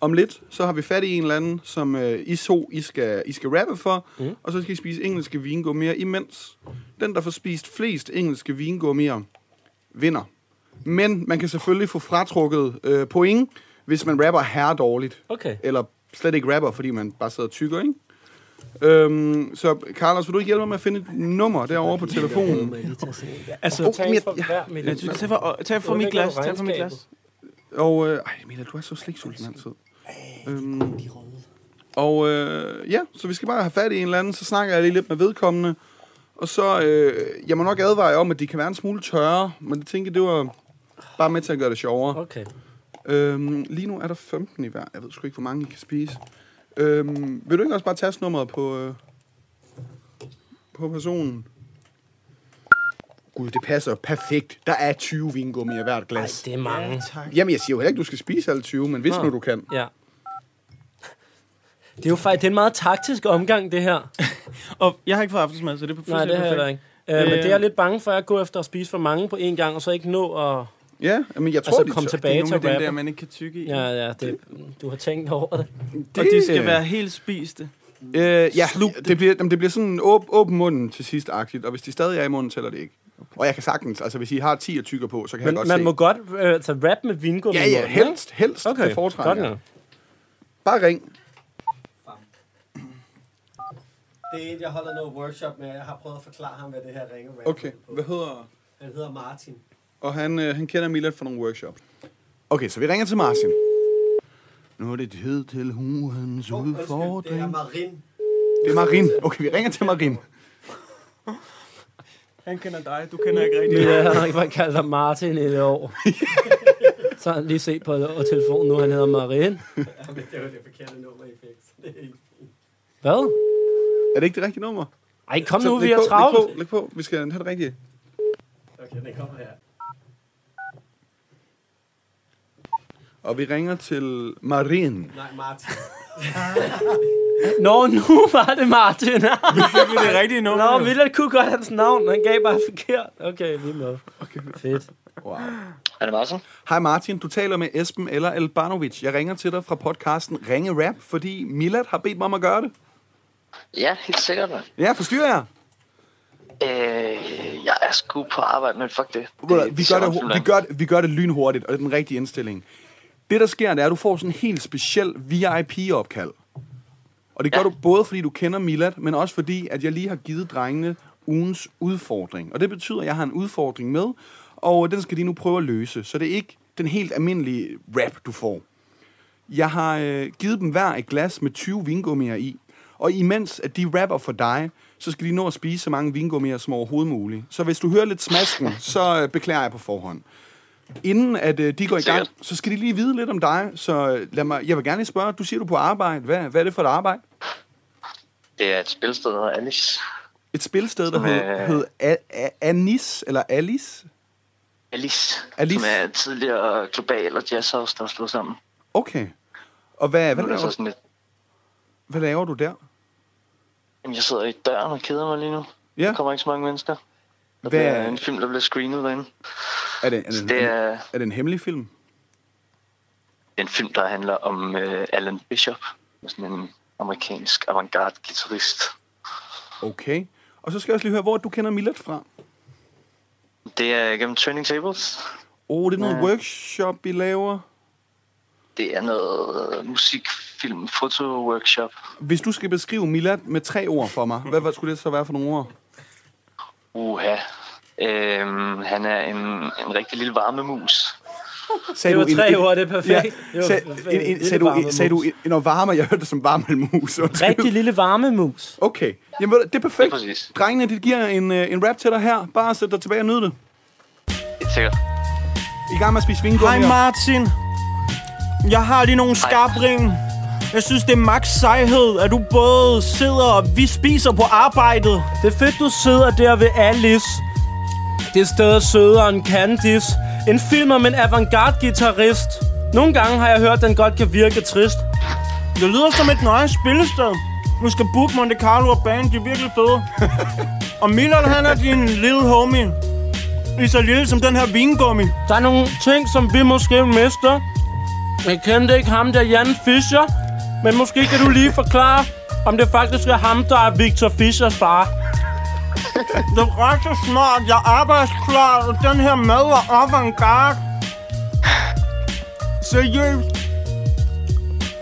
Speaker 2: om lidt, så har vi fat i en eller anden, som øh, I to I skal, I skal rappe for, mm. og så skal I spise engelske vingummier imens. Den, der får spist flest engelske vingummier, vinder. Men man kan selvfølgelig få fratrukket øh, point, hvis man rapper herre dårligt.
Speaker 1: Okay.
Speaker 2: Eller slet ikke rapper, fordi man bare sidder og tykker, ikke? Øhm, så Carlos, vil du ikke hjælpe mig med at finde et nummer derovre på telefonen?
Speaker 3: Altså,
Speaker 2: Oh,
Speaker 1: Tag
Speaker 2: men
Speaker 1: en
Speaker 2: jeg-
Speaker 1: for
Speaker 2: jeg-
Speaker 1: hver, Mikkel.
Speaker 3: Ja, du, tag for, tag for mit glas, tag for mit glas.
Speaker 2: Og, øh, ej, Mila, du er så sliksulten altid. Øhm, og øh, ja, så vi skal bare have fat i en eller anden, så snakker jeg lige lidt med vedkommende. Og så, øh, jeg må nok advare jer om, at de kan være en smule tørre, men det tænker jeg, det var bare med til at gøre det sjovere.
Speaker 1: Okay.
Speaker 2: Øhm, lige nu er der 15 i hver. Jeg ved sgu ikke, hvor mange I kan spise. Øhm, vil du ikke også bare tage nummeret på, øh, på personen? Gud, det passer perfekt. Der er 20 vingummi i hvert
Speaker 1: Ej,
Speaker 2: glas.
Speaker 1: det er mange.
Speaker 2: Jamen, jeg siger jo heller ikke, du skal spise alle 20, men hvis
Speaker 1: Nå.
Speaker 2: nu du kan.
Speaker 1: Ja. Det er jo faktisk det er en meget taktisk omgang, det her.
Speaker 3: Og jeg har ikke fået aftensmad, så det er
Speaker 1: Nej,
Speaker 3: fuldstændig
Speaker 1: det har jeg da ikke. Øh, men det er jeg lidt bange for, at jeg går efter at spise for mange på én gang, og så ikke nå at...
Speaker 2: Ja, men jeg tror,
Speaker 1: Altså,
Speaker 2: de
Speaker 1: kom
Speaker 2: tør.
Speaker 3: Det er
Speaker 1: tilbage til
Speaker 3: nogle af
Speaker 1: at
Speaker 3: dem der,
Speaker 1: rappe.
Speaker 3: man ikke kan tykke i.
Speaker 1: Ja, ja, det, du har tænkt over det.
Speaker 3: Og de skal være helt spiste.
Speaker 2: Øh, ja, det bliver, jamen, det bliver sådan åb, åben munden til sidst-agtigt, og hvis de stadig er i munden, tæller det ikke. Og jeg kan sagtens, altså hvis I har 10 at tykker på, så kan jeg
Speaker 1: Men
Speaker 2: godt
Speaker 1: man
Speaker 2: se.
Speaker 1: må godt øh, altså, rap med vingummi.
Speaker 2: Ja,
Speaker 1: i
Speaker 2: ja,
Speaker 1: munden,
Speaker 2: helst, helst,
Speaker 1: ikke? Okay,
Speaker 2: det foretrækker
Speaker 1: godt
Speaker 2: jeg.
Speaker 1: nok.
Speaker 2: Bare ring.
Speaker 7: Det er en, jeg holder noget workshop med, og jeg har prøvet at forklare ham, hvad det her ringe rap
Speaker 2: Okay, hvad hedder...
Speaker 7: Han hedder Martin.
Speaker 2: Og han, øh, han kender Milad fra nogle workshops. Okay, så vi ringer til Martin. Nu er det tid til ugens
Speaker 7: Åh, undskyld, Det er
Speaker 2: udfordring.
Speaker 7: Marin.
Speaker 2: Det er Marin. Okay, vi ringer til Marin.
Speaker 3: Han kender dig, du kender ikke rigtig.
Speaker 1: Ja, han har ikke bare kaldt dig Martin i et år. så har han lige set på og telefonen nu, han hedder Marin.
Speaker 7: Jamen, det var det forkerte nummer, I fik. Så det er ikke-
Speaker 1: Hvad?
Speaker 2: Er det ikke det rigtige nummer?
Speaker 1: Ej, kom
Speaker 2: Så
Speaker 1: nu,
Speaker 2: læg
Speaker 1: vi er
Speaker 2: på, Læg på,
Speaker 1: travlt.
Speaker 2: læg på. Vi skal have det rigtige.
Speaker 7: Okay, den kommer her.
Speaker 2: Og vi ringer til Marin.
Speaker 7: Nej, Martin.
Speaker 1: Nå, nu var det Martin.
Speaker 3: Det er det rigtige nummer.
Speaker 1: Nå,
Speaker 3: jo.
Speaker 1: Willard kunne godt hans navn, han gav bare forkert. Okay, lige med. Okay. Fedt.
Speaker 2: Wow.
Speaker 9: Er det Martin?
Speaker 2: Hej Martin, du taler med Esben eller Albanovic. Jeg ringer til dig fra podcasten Ringe Rap, fordi Milad har bedt mig om at gøre det.
Speaker 9: Ja, helt sikkert, mand.
Speaker 2: Ja, forstyrrer jeg?
Speaker 9: Øh, jeg er sgu på arbejde, men fuck det.
Speaker 2: Ved du hvad, Vi gør,
Speaker 9: ser
Speaker 2: det,
Speaker 9: man
Speaker 2: hu-
Speaker 9: fuld
Speaker 2: vi,
Speaker 9: af.
Speaker 2: gør, det- vi gør det lynhurtigt, og det er den rigtige indstilling. Det, der sker, det er, at du får sådan en helt speciel VIP-opkald. Og det gør
Speaker 9: Ja.
Speaker 2: du både, fordi du kender Milad, men også fordi, at jeg lige har givet drengene ugens udfordring. Og det betyder, at jeg har en udfordring med, og den skal de nu prøve at løse. Så det er ikke den helt almindelige rap, du får. Jeg har øh, givet dem hver et glas med 20 vingummier i. Og imens at de rapper for dig, så skal de nå at spise så mange vingummier som overhovedet muligt. Så hvis du hører lidt smasken, så øh, beklager jeg på forhånd. Inden at øh, de går i gang,
Speaker 9: Sikkert.
Speaker 2: så skal de lige vide lidt om dig. Så øh, lad mig, jeg vil gerne lige spørge, du siger du er på arbejde. Hvad, hvad er det for et arbejde?
Speaker 9: Det er et spilsted, der hedder Alice.
Speaker 2: Et spilsted, der
Speaker 9: Som,
Speaker 2: hed,
Speaker 9: øh,
Speaker 2: hed A- A- Anis, eller Alice.
Speaker 9: Alice,
Speaker 2: Alice.
Speaker 9: som er tidligere global og jazzhouse, der er slået sammen.
Speaker 2: Okay. Og hvad, hvad,
Speaker 9: Nu er det så
Speaker 2: laver,
Speaker 9: sådan lidt,
Speaker 2: hvad laver du der?
Speaker 9: jamen, jeg sidder i døren og keder mig lige nu.
Speaker 2: Ja.
Speaker 9: Der kommer ikke så mange mennesker. Der
Speaker 2: Hvad-
Speaker 9: bliver en film, der bliver screenet derinde.
Speaker 2: Er det, er det,
Speaker 9: Det
Speaker 2: er,
Speaker 9: er
Speaker 2: er det en hemmelig film?
Speaker 9: en film, der handler om uh, Alan Bishop, sådan en amerikansk avantgarde guitarist.
Speaker 2: Okay. Og så skal jeg også lige høre, hvor du kender Millet fra.
Speaker 9: Det er gennem Turning Tables.
Speaker 2: Åh, oh, det er noget
Speaker 9: Ja.
Speaker 2: workshop, I laver.
Speaker 9: Det er noget øh, musik, film, foto, workshop.
Speaker 2: Hvis du skal beskrive Milad med tre ord for mig, hvad, hvad skulle det så være for nogle ord?
Speaker 9: Uha. Øhm, han er en, en rigtig lille varmemus.
Speaker 2: Sagde
Speaker 1: Det var
Speaker 2: en-
Speaker 1: tre
Speaker 2: en-
Speaker 1: ord, det er
Speaker 2: Ja,
Speaker 1: perfekt. Det var
Speaker 2: sag,
Speaker 1: perfekt.
Speaker 2: en, en,
Speaker 1: Lille
Speaker 2: sagde, du, en,
Speaker 1: varmemus.
Speaker 2: sagde du en, en varme, jeg hørte det som varmelmus. undskyld.
Speaker 1: Rigtig lille varmemus.
Speaker 2: Okay, Jamen, ved du, det er perfekt.
Speaker 9: Ja, præcis.
Speaker 2: Drengene, det giver en, øh, en rap til dig her. Bare sæt dig tilbage og nyd det.
Speaker 9: Helt sikkert.
Speaker 2: I gang med at spise vingummi.
Speaker 5: Hej Martin. Jeg har lige nogle skarpring. Jeg synes, det er max sejhed, at du både sidder og vi spiser på arbejdet.
Speaker 1: Det er fedt, du sidder der ved Alice. Det er stadig sødere end Candice. En film om en avantgarde guitarist. Nogle gange har jeg hørt, at den godt kan virke trist.
Speaker 3: Det lyder som et nøje spillested. Nu skal booke Monte Carlo og Band, de er virkelig fede. og Milan, han er din lille homie. Lige så lille som den her vingummi.
Speaker 1: Der er nogle ting, som vi måske mister. Jeg kendte ikke ham der, Jan Fischer. Men måske kan du lige forklare, om det faktisk er ham, der er Victor Fischers far.
Speaker 3: Det er ret så smart. Jeg er arbejdsklar, og den her mad er avantgarde. Seriøst.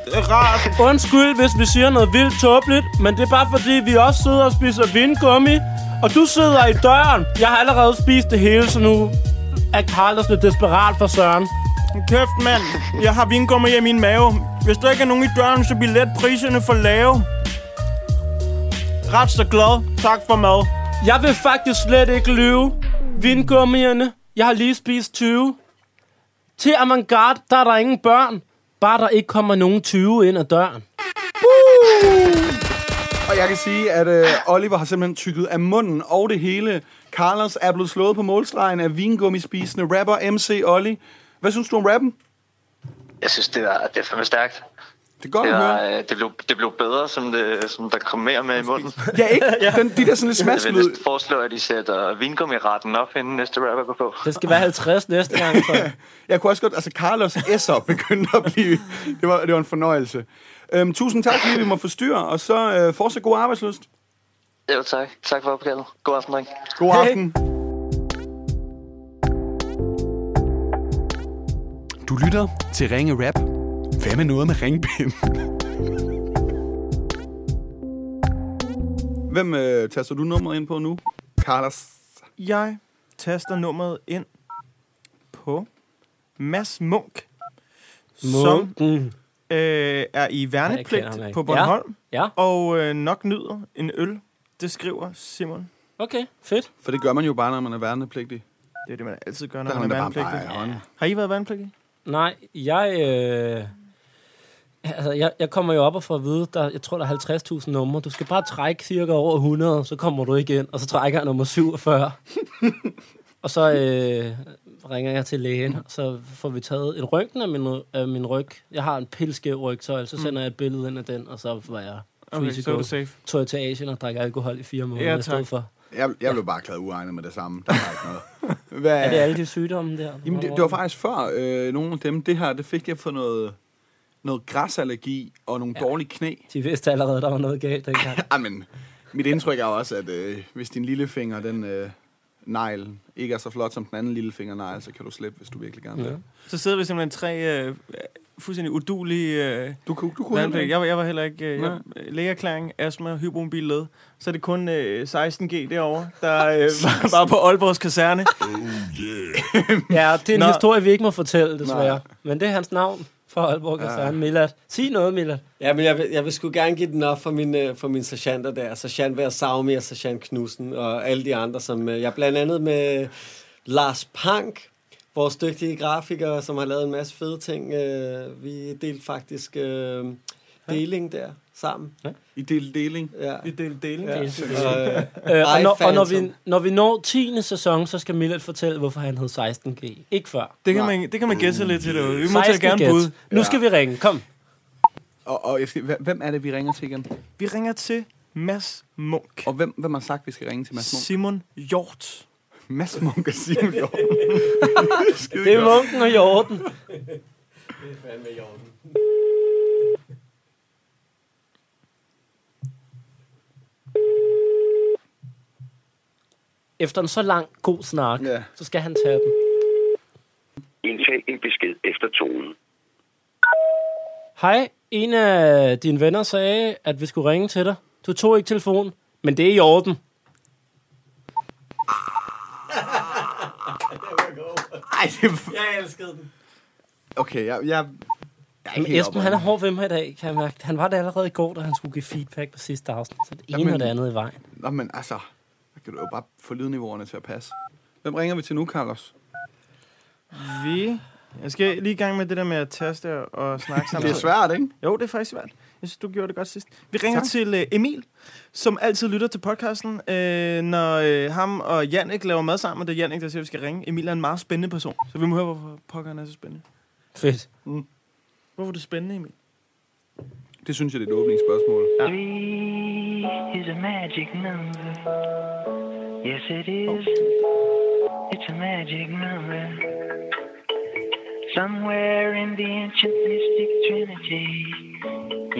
Speaker 3: Det er rart.
Speaker 1: Undskyld, hvis vi siger noget vildt tåbeligt, men det er bare fordi, vi også sidder og spiser vingummi. Og du sidder i døren. Jeg har allerede spist det hele, så nu er Carlos lidt desperat for Søren.
Speaker 3: Kæft, mand. Jeg har vingummi i min mave. Hvis der ikke er nogen i døren, så bliver let priserne for lave. Ret så glad. Tak for mad.
Speaker 1: Jeg vil faktisk slet ikke lyve. Vingummierne. Jeg har lige spist 20. Til avantgarde, der er der ingen børn. Bare der ikke kommer nogen 20 ind ad døren.
Speaker 2: Og jeg kan sige, at øh, Oliver har simpelthen tykket af munden og det hele. Carlos er blevet slået på målstregen af vingummispisende rapper MC Olli. Hvad synes du om rappen?
Speaker 9: Jeg synes, det er, det er fandme stærkt.
Speaker 2: Det er godt
Speaker 9: Det,
Speaker 2: at
Speaker 9: var,
Speaker 2: høre.
Speaker 9: øh, det, blev, det blev bedre, som, det, som der kom mere med i munden.
Speaker 2: Ja, ikke? Den, de der sådan lidt
Speaker 9: Jeg vil
Speaker 2: smasklyd.
Speaker 9: næsten foreslå, at I sætter vingummi-retten op, inden næste rapper går på.
Speaker 1: Det skal være 50 næste gang, tror jeg.
Speaker 2: Jeg kunne også godt... Altså, Carlos S'er begyndte at blive... Det var, det var en fornøjelse. Øhm, tusind tak, fordi vi må forstyrre, og så øh, fortsat god arbejdsløst.
Speaker 9: Jo, tak. Tak for opkaldet. God aften, dreng.
Speaker 2: God aften. Du lytter til Ringe Rap. Hvad med noget med ringbind? Hvem øh, taster du nummeret ind på nu? Carlos.
Speaker 3: Jeg taster nummeret ind på Mads Munk, som
Speaker 1: Munken.
Speaker 3: øh, er i værnepligt
Speaker 1: kender ham ikke.
Speaker 3: på Bornholm
Speaker 1: Ja,
Speaker 3: og øh, nok nyder en øl. Det skriver Simon.
Speaker 1: okay. Fedt.
Speaker 2: For det gør man jo bare, når man er værnepligtig.
Speaker 3: Det er det, man altid gør,
Speaker 2: Der
Speaker 3: når
Speaker 2: er
Speaker 3: man
Speaker 2: man da
Speaker 3: er
Speaker 2: bare bare i
Speaker 3: værnepligtig.
Speaker 2: hånden.
Speaker 3: Har I været værnepligtig?
Speaker 1: Nej, jeg... Øh... Altså, jeg, jeg kommer jo op og får at vide, der, jeg tror, der er 50.000 numre. Du skal bare trække cirka over 100, så kommer du ikke ind. Og så trækker jeg nummer 47. og så øh, ringer jeg til lægen, og så får vi taget en røntgen af min, af min ryg. Jeg har en pilskæv rygtøj, så altså sender jeg et billede ind af den, og så var jeg...
Speaker 3: Mm. Okay,
Speaker 1: free to
Speaker 3: så er
Speaker 1: go.
Speaker 3: du safe.
Speaker 1: tog jeg til Asien og drak alkohol i fire måneder
Speaker 3: Ja,
Speaker 1: i stedet
Speaker 3: tak.
Speaker 1: for.
Speaker 2: Jeg, jeg blev bare erklæret uegnet med det samme. Der var ikke noget. Hvad?
Speaker 1: Er det alle de sygdomme der?
Speaker 2: Jamen, det, det var faktisk før øh, nogle af dem. Det her, det fik jeg for noget, noget græsallergi og nogle ja. dårlige knæ.
Speaker 1: De vidste allerede, der var noget galt dengang.
Speaker 2: Ej, men mit indtryk er jo også, at øh, hvis din lillefinger, den øh, negl, ikke er så flot som den anden lillefingernegl, så kan du slippe, hvis du virkelig gerne vil.
Speaker 1: Ja.
Speaker 2: Ja.
Speaker 3: Så sidder vi simpelthen tre øh, fuldstændig udulige... Øh,
Speaker 2: Du, kunne- du kunne
Speaker 3: Værnepligt.
Speaker 2: heller
Speaker 3: Jeg, var- jeg var heller ikke... Øh,
Speaker 2: Nej.
Speaker 3: jeg, lægeerklæring, astma, hypermobil led. Så er det kun øh, 16G derovre, der øh, var, var på Aalborgs kaserne.
Speaker 1: Ja, det er en
Speaker 3: Nå.
Speaker 1: Nå. historie, vi ikke må fortælle, desværre. Nej. Men det er hans navn fra Aalborg Kaserne, ja. Millard. Sig noget, Millard.
Speaker 7: Ja, men jeg vil, jeg vil sgu gerne give den op for mine, for mine sergeanter der. Sergeant Versaumi og Sergeant Knudsen og alle de andre, som øh, jeg blandt andet med Lars Pank, vores dygtige grafiker, som har lavet en masse fede ting. Øh, Vi delte faktisk øh, deling der sammen.
Speaker 2: I del deling.
Speaker 7: Ja.
Speaker 3: Vi delte deling.
Speaker 7: Ja.
Speaker 3: Ja.
Speaker 7: Og, øh,
Speaker 1: Øh, og,
Speaker 7: Ej,
Speaker 1: når, og når, vi,
Speaker 7: Phantom.
Speaker 1: når vi når 10. sæson, så skal Millard fortælle, hvorfor han hed 16G. Ikke før.
Speaker 3: Det, kan man, det kan man gætte lidt til derude. Vi må tage
Speaker 1: 16
Speaker 3: gerne
Speaker 1: gæt.
Speaker 3: bud.
Speaker 1: Nu skal vi ringe. Kom.
Speaker 2: Og, og jeg skal, hvem- hvem er det, vi ringer til igen?
Speaker 3: Vi ringer til Mads Munk.
Speaker 2: Og hvem, hvem har sagt, vi skal ringe til Mads Munk?
Speaker 3: Simon Hjort.
Speaker 2: Mads Munk og Simon Hjort.
Speaker 1: Det er munken og jorden. Efter en så lang, god snak,
Speaker 2: Ja.
Speaker 1: ja. så skal han tage den.
Speaker 10: Indtag en besked efter tonen.
Speaker 1: Hej, en af dine venner sagde, at vi skulle ringe til dig. Du tog ikke telefonen, men det er i orden.
Speaker 2: Ej, det...
Speaker 7: jeg elskede den.
Speaker 2: Okay, jeg... jeg jeg er ikke
Speaker 1: Men
Speaker 2: helt
Speaker 1: Esben, han er hård ved mig i dag, kan jeg mærke. Han var det allerede i går, da han skulle give feedback på sidste afsnit. Så det ene
Speaker 2: Jamen.
Speaker 1: og det andet i vejen.
Speaker 2: Nå, men altså, der kan du jo bare få lydniveauerne til at passe. Hvem ringer vi til nu, Carlos?
Speaker 3: Vi Jeg skal lige i gang med det der med at taste og snakke sammen.
Speaker 2: Det er svært, ikke?
Speaker 3: Jo, det er faktisk svært. Jeg synes, du gjorde det godt sidst. Vi ringer tak. til øh, Emil, som altid lytter til podcasten, øh, når øh, ham og Jannik laver mad sammen. og Det er Jannik, der siger, at vi skal ringe. Emil er en meget spændende person, så vi må høre, hvorfor pokkeren er så spændende.
Speaker 1: Fedt.
Speaker 3: Mm. Hvorfor er du spændende, Emil?
Speaker 2: Det synes jeg, det er et åbningsspørgsmål.
Speaker 3: Ja.
Speaker 11: Three is a magic number. Yes, it is. It's a magic number. Somewhere in the ancient mystic trinity,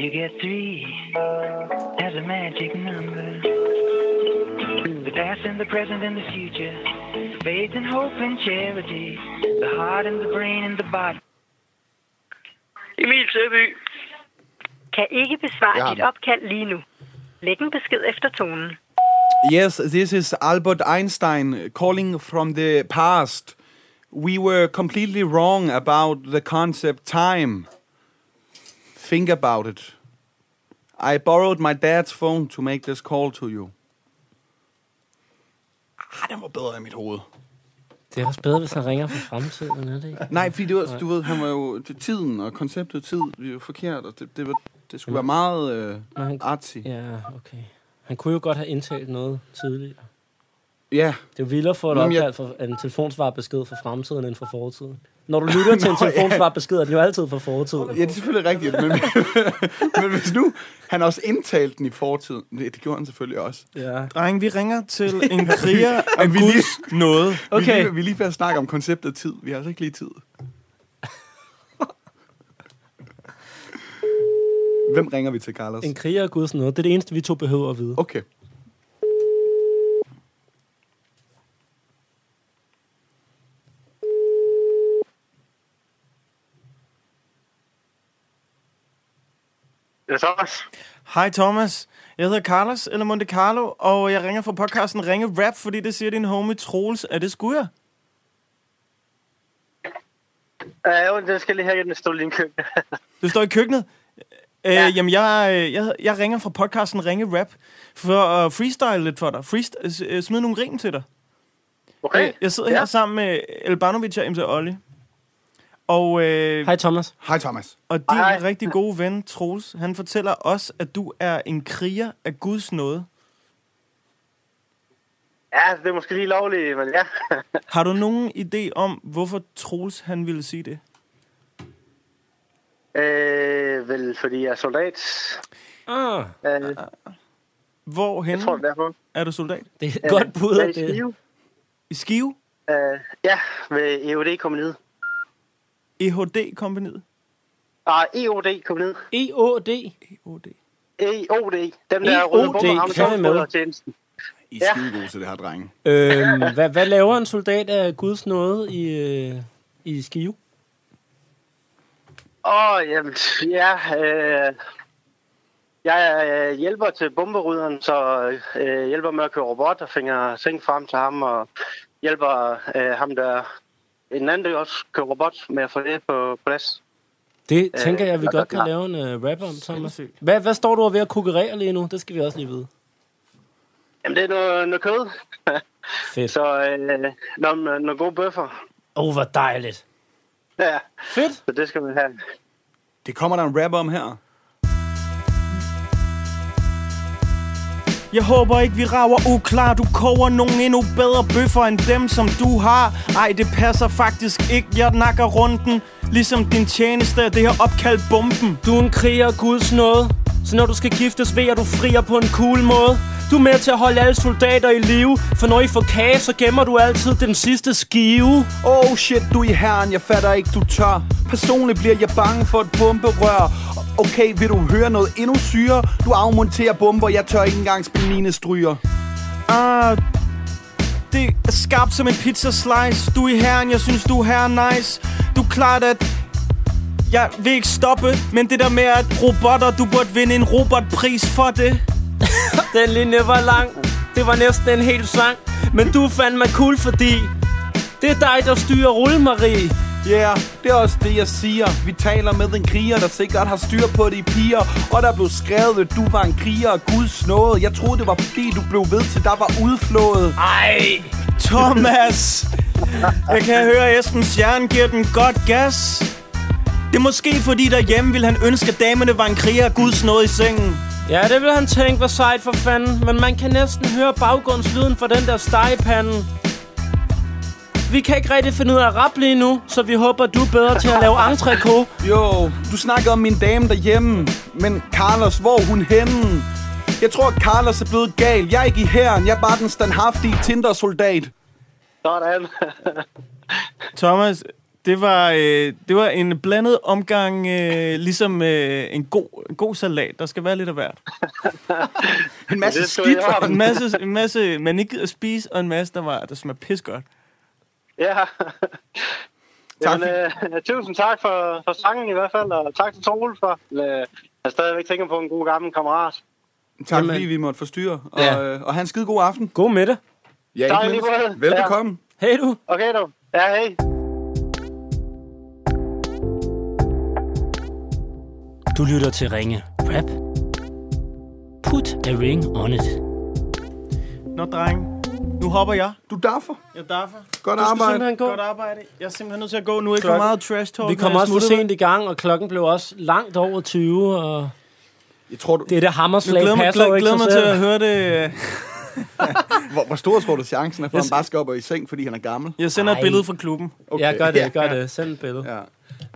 Speaker 11: you get three as a magic number. The past and the present and the future, faith and hope and charity, the heart and the brain and the body.
Speaker 12: Emil Søby.
Speaker 13: Kan ikke besvare
Speaker 2: Ja.
Speaker 13: ja. dit opkald lige nu. Læg en besked efter tonen.
Speaker 2: Yes, this is Albert Einstein calling from the past. We were completely wrong about the concept time. Think about it. I borrowed my dad's phone to make this call to you. Ah, den var bedre i mit hoved.
Speaker 1: Det er også bedre, hvis han ringer fra fremtiden, er det ikke?
Speaker 2: Nej, fordi det var, du ved, han var jo til tiden, og konceptet tid det var forkert, og det, det, var, det skulle være meget øh, artsy.
Speaker 1: Ja, okay. Han kunne jo godt have indtalt noget tidligere.
Speaker 2: Ja.
Speaker 1: Det er jo vildere for et
Speaker 2: Nå, men jeg-
Speaker 1: opkald fra en telefonsvarbesked fra fremtiden end fra fortiden. Når du lytter til en
Speaker 2: Nå, ja.
Speaker 1: telefonsvarbesked, er den jo altid fra fortiden.
Speaker 2: Ja, det er selvfølgelig rigtigt, men, men hvis nu han også indtalte den i fortiden, det det gjorde han selvfølgelig også.
Speaker 1: Ja.
Speaker 3: Dreng, vi ringer til en kriger af
Speaker 2: Og vi
Speaker 3: Guds
Speaker 2: lige-
Speaker 3: noget.
Speaker 2: Okay. Vi
Speaker 3: Okay.
Speaker 2: er lige, vi er lige ved at snakke om konceptet tid. Vi har altså ikke lige tid. Hvem ringer vi til, Carlos?
Speaker 1: En kriger er guds noget. Det er det eneste, vi to behøver at vide.
Speaker 2: Okay.
Speaker 3: Det er Thomas. Hej Thomas. Jeg hedder Carlos, eller Monte Carlo, og jeg ringer fra podcasten Ringe Rap, fordi det siger din homie Troels. Er det sgu jeg?
Speaker 11: Ja, jo, det skal lige have den stol i din køkken.
Speaker 3: Du står i køkkenet? Ja. Øh, jamen, jeg, øh, jeg, jeg ringer fra podcasten Ringe Rap for at freestyle lidt for dig. Freest, øh, smide nogle rim til dig. Okay. Øh, jeg sidder ja. her sammen med Elbanovic og MC Olli. Og, øh,
Speaker 1: Hej Thomas.
Speaker 2: Hej Thomas.
Speaker 3: Og din Hej. rigtig gode ven, Troels, han fortæller os, at du er en kriger af Guds nåde.
Speaker 11: Ja, det er måske lige lovligt, men ja.
Speaker 3: Har du nogen idé om, hvorfor Troels han ville sige det?
Speaker 11: Øh, vel, fordi jeg er soldat.
Speaker 1: Ah.
Speaker 11: Øh,
Speaker 3: Hvorhen
Speaker 11: jeg tror, det er derfor.
Speaker 3: er du soldat?
Speaker 1: Det er
Speaker 11: et godt bud, Jeg er i
Speaker 3: det.
Speaker 11: det- Skive.
Speaker 3: I Skive?
Speaker 11: Øh, ja, E ved EOD-kompaniet.
Speaker 3: E EHD-kompaniet?
Speaker 11: Ah, EOD-kompaniet.
Speaker 1: E EOD?
Speaker 2: E
Speaker 3: EOD.
Speaker 11: EOD. E Dem der er røde bomber, ham
Speaker 1: E kan vi med.
Speaker 11: der tjenesten.
Speaker 2: I
Speaker 11: Ja.
Speaker 2: er skide gode til det her, drenge.
Speaker 1: Øhm, hvad, hvad laver en soldat af Guds nåde i, øh, i Skive?
Speaker 11: Åh, oh, jamen, ja. Øh, jeg øh, hjælper til bomberydderen, så øh, hjælper med at køre robot og finger ting frem til ham, og hjælper øh, ham, der en anden, der også kører robot, med at få det på plads.
Speaker 1: Det
Speaker 11: Øh,
Speaker 1: tænker jeg, vi
Speaker 11: ja,
Speaker 1: godt
Speaker 11: ja.
Speaker 1: kan lave en øh, rap om, Thomas. Hvad, hvad står du og ved at konkurrere lige nu? Det skal vi også lige vide.
Speaker 11: Jamen, det er noget, noget kød.
Speaker 1: Fedt.
Speaker 11: Så øh, nogle, nogle gode bøffer.
Speaker 1: Åh, oh, hvor dejligt.
Speaker 11: Ja.
Speaker 1: Fedt.
Speaker 11: Så det skal man have.
Speaker 2: Det kommer der en rap om her.
Speaker 3: Jeg håber ikke, vi rager uklar. Du koger nogen endnu bedre bøffer end dem, som du har. Ej, det passer faktisk ikke. Jeg nakker runden, ligesom din tjeneste af det her opkald bomben.
Speaker 1: Du er en kriger Guds nåde. Så når du skal giftes ved, at du frier på en cool måde. Du er med til at holde alle soldater i live. For når I får kage, så gemmer du altid den sidste skive.
Speaker 2: Oh shit, du i herren, jeg fatter ikke, du tør. Personligt bliver jeg bange for et bomberør. Okay, vil du høre noget endnu syre? Du afmonterer bomber, jeg tør ikke engang spille mine stryger.
Speaker 3: Ah, det er skarpt som en pizza slice. Du er herren, jeg synes du er herren nice. Du er klart, at jeg vil ikke stoppe, men det der med, at robotter, du burde vinde en robotpris for det.
Speaker 1: Den linje var lang. Det var næsten en hel sang. Men du fandt mig cool, fordi det er dig, der styrer rullemarie.
Speaker 2: Ja, yeah, det er også det, jeg siger. Vi taler med en kriger, der sikkert har styr på de piger. Og der blev skrevet, at du var en kriger og guds nåde. Jeg troede, det var fordi, du blev ved til, der var udflået.
Speaker 1: Ej!
Speaker 3: Thomas! Jeg kan høre, at Esbens hjerne giver den godt gas. Det er måske fordi derhjemme ville han ønske, at damerne var en kriger og guds nåde i sengen.
Speaker 1: Ja, det vil han tænke, hvor sejt for fanden. Men man kan næsten høre baggrundslyden fra den der stegepanden. Vi kan ikke rigtig finde ud af at rappe lige nu, så vi håber, du er bedre til at lave entrecôte.
Speaker 2: Jo, du snakkede om min dame derhjemme, men Carlos, hvor er hun henne? Jeg tror, at Carlos er blevet gal. Jeg er ikke i herren, jeg er bare den standhaftige Tinder-soldat.
Speaker 11: Sådan.
Speaker 3: Thomas, det var, øh, det var en blandet omgang, øh, ligesom øh, en, god, en god salat. Der skal være lidt af hvert.
Speaker 2: en masse skidt for
Speaker 3: en masse, en masse, man ikke gider at spise, og en masse, der, var, der smagte pis godt.
Speaker 11: Ja. Tak. Jamen, øh, tusind tak for, for sangen i hvert fald, og tak til Troel for, øh, at stadigvæk tænker på en god gammel kammerat.
Speaker 2: Tak Jamen. fordi vi måtte forstyrre, og,
Speaker 1: Ja.
Speaker 2: ja. og have en skide god aften.
Speaker 1: God med det.
Speaker 2: Ja,
Speaker 11: Tak
Speaker 2: ikke
Speaker 11: lige
Speaker 2: mindst.
Speaker 11: måde.
Speaker 2: Velbekomme.
Speaker 1: Hej du.
Speaker 11: Okay du. Ja, hej.
Speaker 1: Du lytter til Ringe Rap. Put a ring on it.
Speaker 3: Nå, dreng. Nu hopper jeg.
Speaker 2: Du daffer.
Speaker 3: Jeg daffer.
Speaker 2: Godt
Speaker 1: Du skal
Speaker 2: arbejde.
Speaker 1: simpelthen gå.
Speaker 3: Godt arbejde. Jeg er simpelthen nødt til at gå nu. Ikke for
Speaker 1: Klokken.
Speaker 3: meget trash talk.
Speaker 1: Vi
Speaker 3: når
Speaker 1: kom
Speaker 3: jeg
Speaker 1: også for
Speaker 3: smutter.
Speaker 1: sent i gang, og klokken blev også langt over 20, og
Speaker 2: Jeg tror, du...
Speaker 1: det er det
Speaker 3: Jeg
Speaker 1: hammerslag
Speaker 3: glæder mig,
Speaker 1: passer jo
Speaker 3: glæder,
Speaker 1: ikke
Speaker 3: glæder
Speaker 1: sig
Speaker 3: mig til
Speaker 1: selv.
Speaker 3: at høre det. øh.
Speaker 2: Hvor, hvor stor tror du chancen er for, at
Speaker 3: Jeg
Speaker 2: han bare skal op og i seng, fordi han er gammel?
Speaker 3: Jeg sender
Speaker 1: Ej.
Speaker 3: et billede fra klubben.
Speaker 1: Okay. Ja, gør det, gør det. Send et billede. Ja.
Speaker 2: Ja.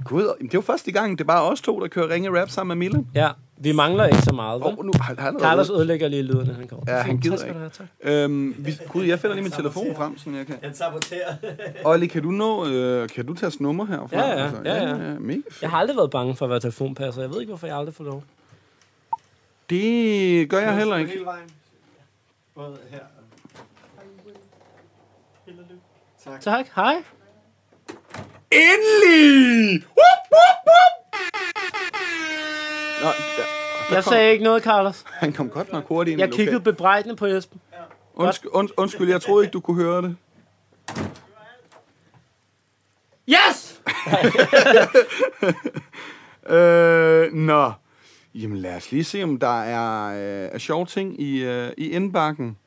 Speaker 2: Gud, jamen, det er jo første gang, det er bare os to, der kører ringe rap sammen med Mille.
Speaker 1: ja. vi mangler ikke så meget, vel?
Speaker 2: Og nu har han
Speaker 1: Carlos ødelægger lige lyden, han kommer.
Speaker 2: Ja, han
Speaker 1: Fint,
Speaker 2: gider
Speaker 1: tak skal du have, tak.
Speaker 2: ikke. Øhm, vi, gud, jeg finder lige min telefon frem, sådan jeg kan.
Speaker 7: Han saboterer.
Speaker 2: Olli, kan du nå, øh, kan du tage hans nummer herfra? Altså,
Speaker 1: Ja, ja, ja, ja.
Speaker 2: mega fedt.
Speaker 1: Jeg har aldrig været bange for at være telefonpasser. Jeg ved ikke, hvorfor jeg aldrig får lov.
Speaker 2: Det gør jeg heller ikke.
Speaker 7: vejen. Både her.
Speaker 1: Tak, hej.
Speaker 2: Endelig! Whoop, whoop, whoop! Nå, der, der kom,
Speaker 1: Jeg sagde ikke noget, Carlos.
Speaker 2: han kom godt nok hurtigt ind i
Speaker 1: Jeg
Speaker 2: lokalet.
Speaker 1: kiggede bebrejdende på Jesper.
Speaker 2: Undskyld, und, undskyld, jeg troede ikke, du kunne høre det.
Speaker 1: Yes!
Speaker 2: Øh, nå. Jamen lad os lige se, om der er, øh, er sjove ting i, øh, i indbakken.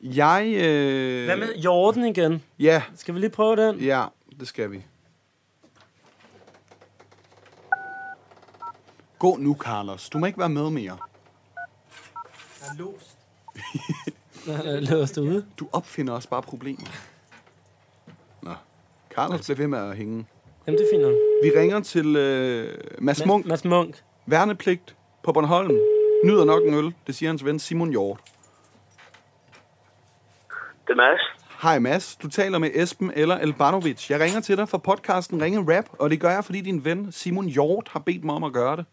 Speaker 2: Jeg... Øh,
Speaker 1: Hvad med Jorden igen?
Speaker 2: Ja,
Speaker 1: Skal vi lige prøve den?
Speaker 2: ja, det skal vi. Gå nu, Carlos. Du må ikke være med mere.
Speaker 1: Lad os det ude.
Speaker 2: Du opfinder også bare problemer. Nå. Carlos bliver ved med at hænge.
Speaker 1: Jamen, det er fint nok.
Speaker 2: Vi ringer til øh, Mads Munk.
Speaker 1: Mads Munk.
Speaker 2: Værnepligt på Bornholm. Nyder nok en øl. Det siger hans ven Simon Hjort.
Speaker 6: Det er Mads.
Speaker 2: Hej Mads, du taler med Esben eller Elbanovic. Jeg ringer til dig fra podcasten Ringe Rap, og det gør jeg, fordi din ven Simon Hjort har bedt mig om at gøre det.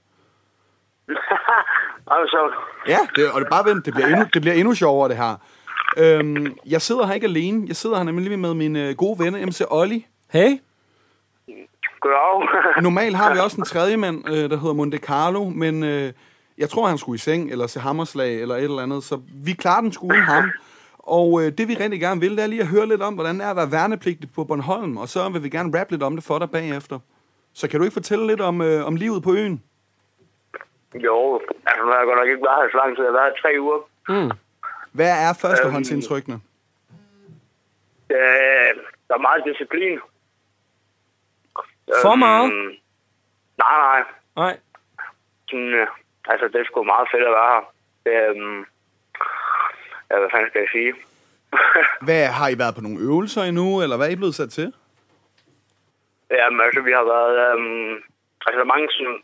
Speaker 6: Ej, hvor sjovt.
Speaker 2: Ja, det, og det er bare vent, det bliver endnu, det bliver endnu sjovere det her. Øhm, jeg sidder her ikke alene. Jeg sidder her nemlig med min øh, gode ven, MC Olli.
Speaker 1: Hey.
Speaker 6: Goddag.
Speaker 2: Normalt har vi også en tredje mand, øh, der hedder Monte Carlo, men øh, jeg tror, han skulle i seng, eller se hammerslag, eller et eller andet, så vi klarer den sgu uden ham. Og øh, det vi rigtig gerne vil, det er lige at høre lidt om, hvordan det er at være værnepligtig på Bornholm, og så vil vi gerne rappe lidt om det for dig bagefter. Så kan du ikke fortælle lidt om, øh, om livet på øen?
Speaker 6: Jo, altså nu har jeg godt nok ikke været her så lang tid. Jeg har været her tre uger.
Speaker 2: Hvad er førstehåndsindtrykkene?
Speaker 6: Øh, der er meget disciplin.
Speaker 1: For meget?
Speaker 6: Øhm, nej, nej.
Speaker 1: Nej.
Speaker 6: Sådan, øh, altså, det er sgu meget fedt at være her. Øhm, ja, hvad fanden skal jeg sige?
Speaker 2: Hvad, har I været på nogle øvelser endnu, eller hvad er I blevet sat til?
Speaker 6: Jamen, altså, vi har været... Øhm, altså, der er mange sådan,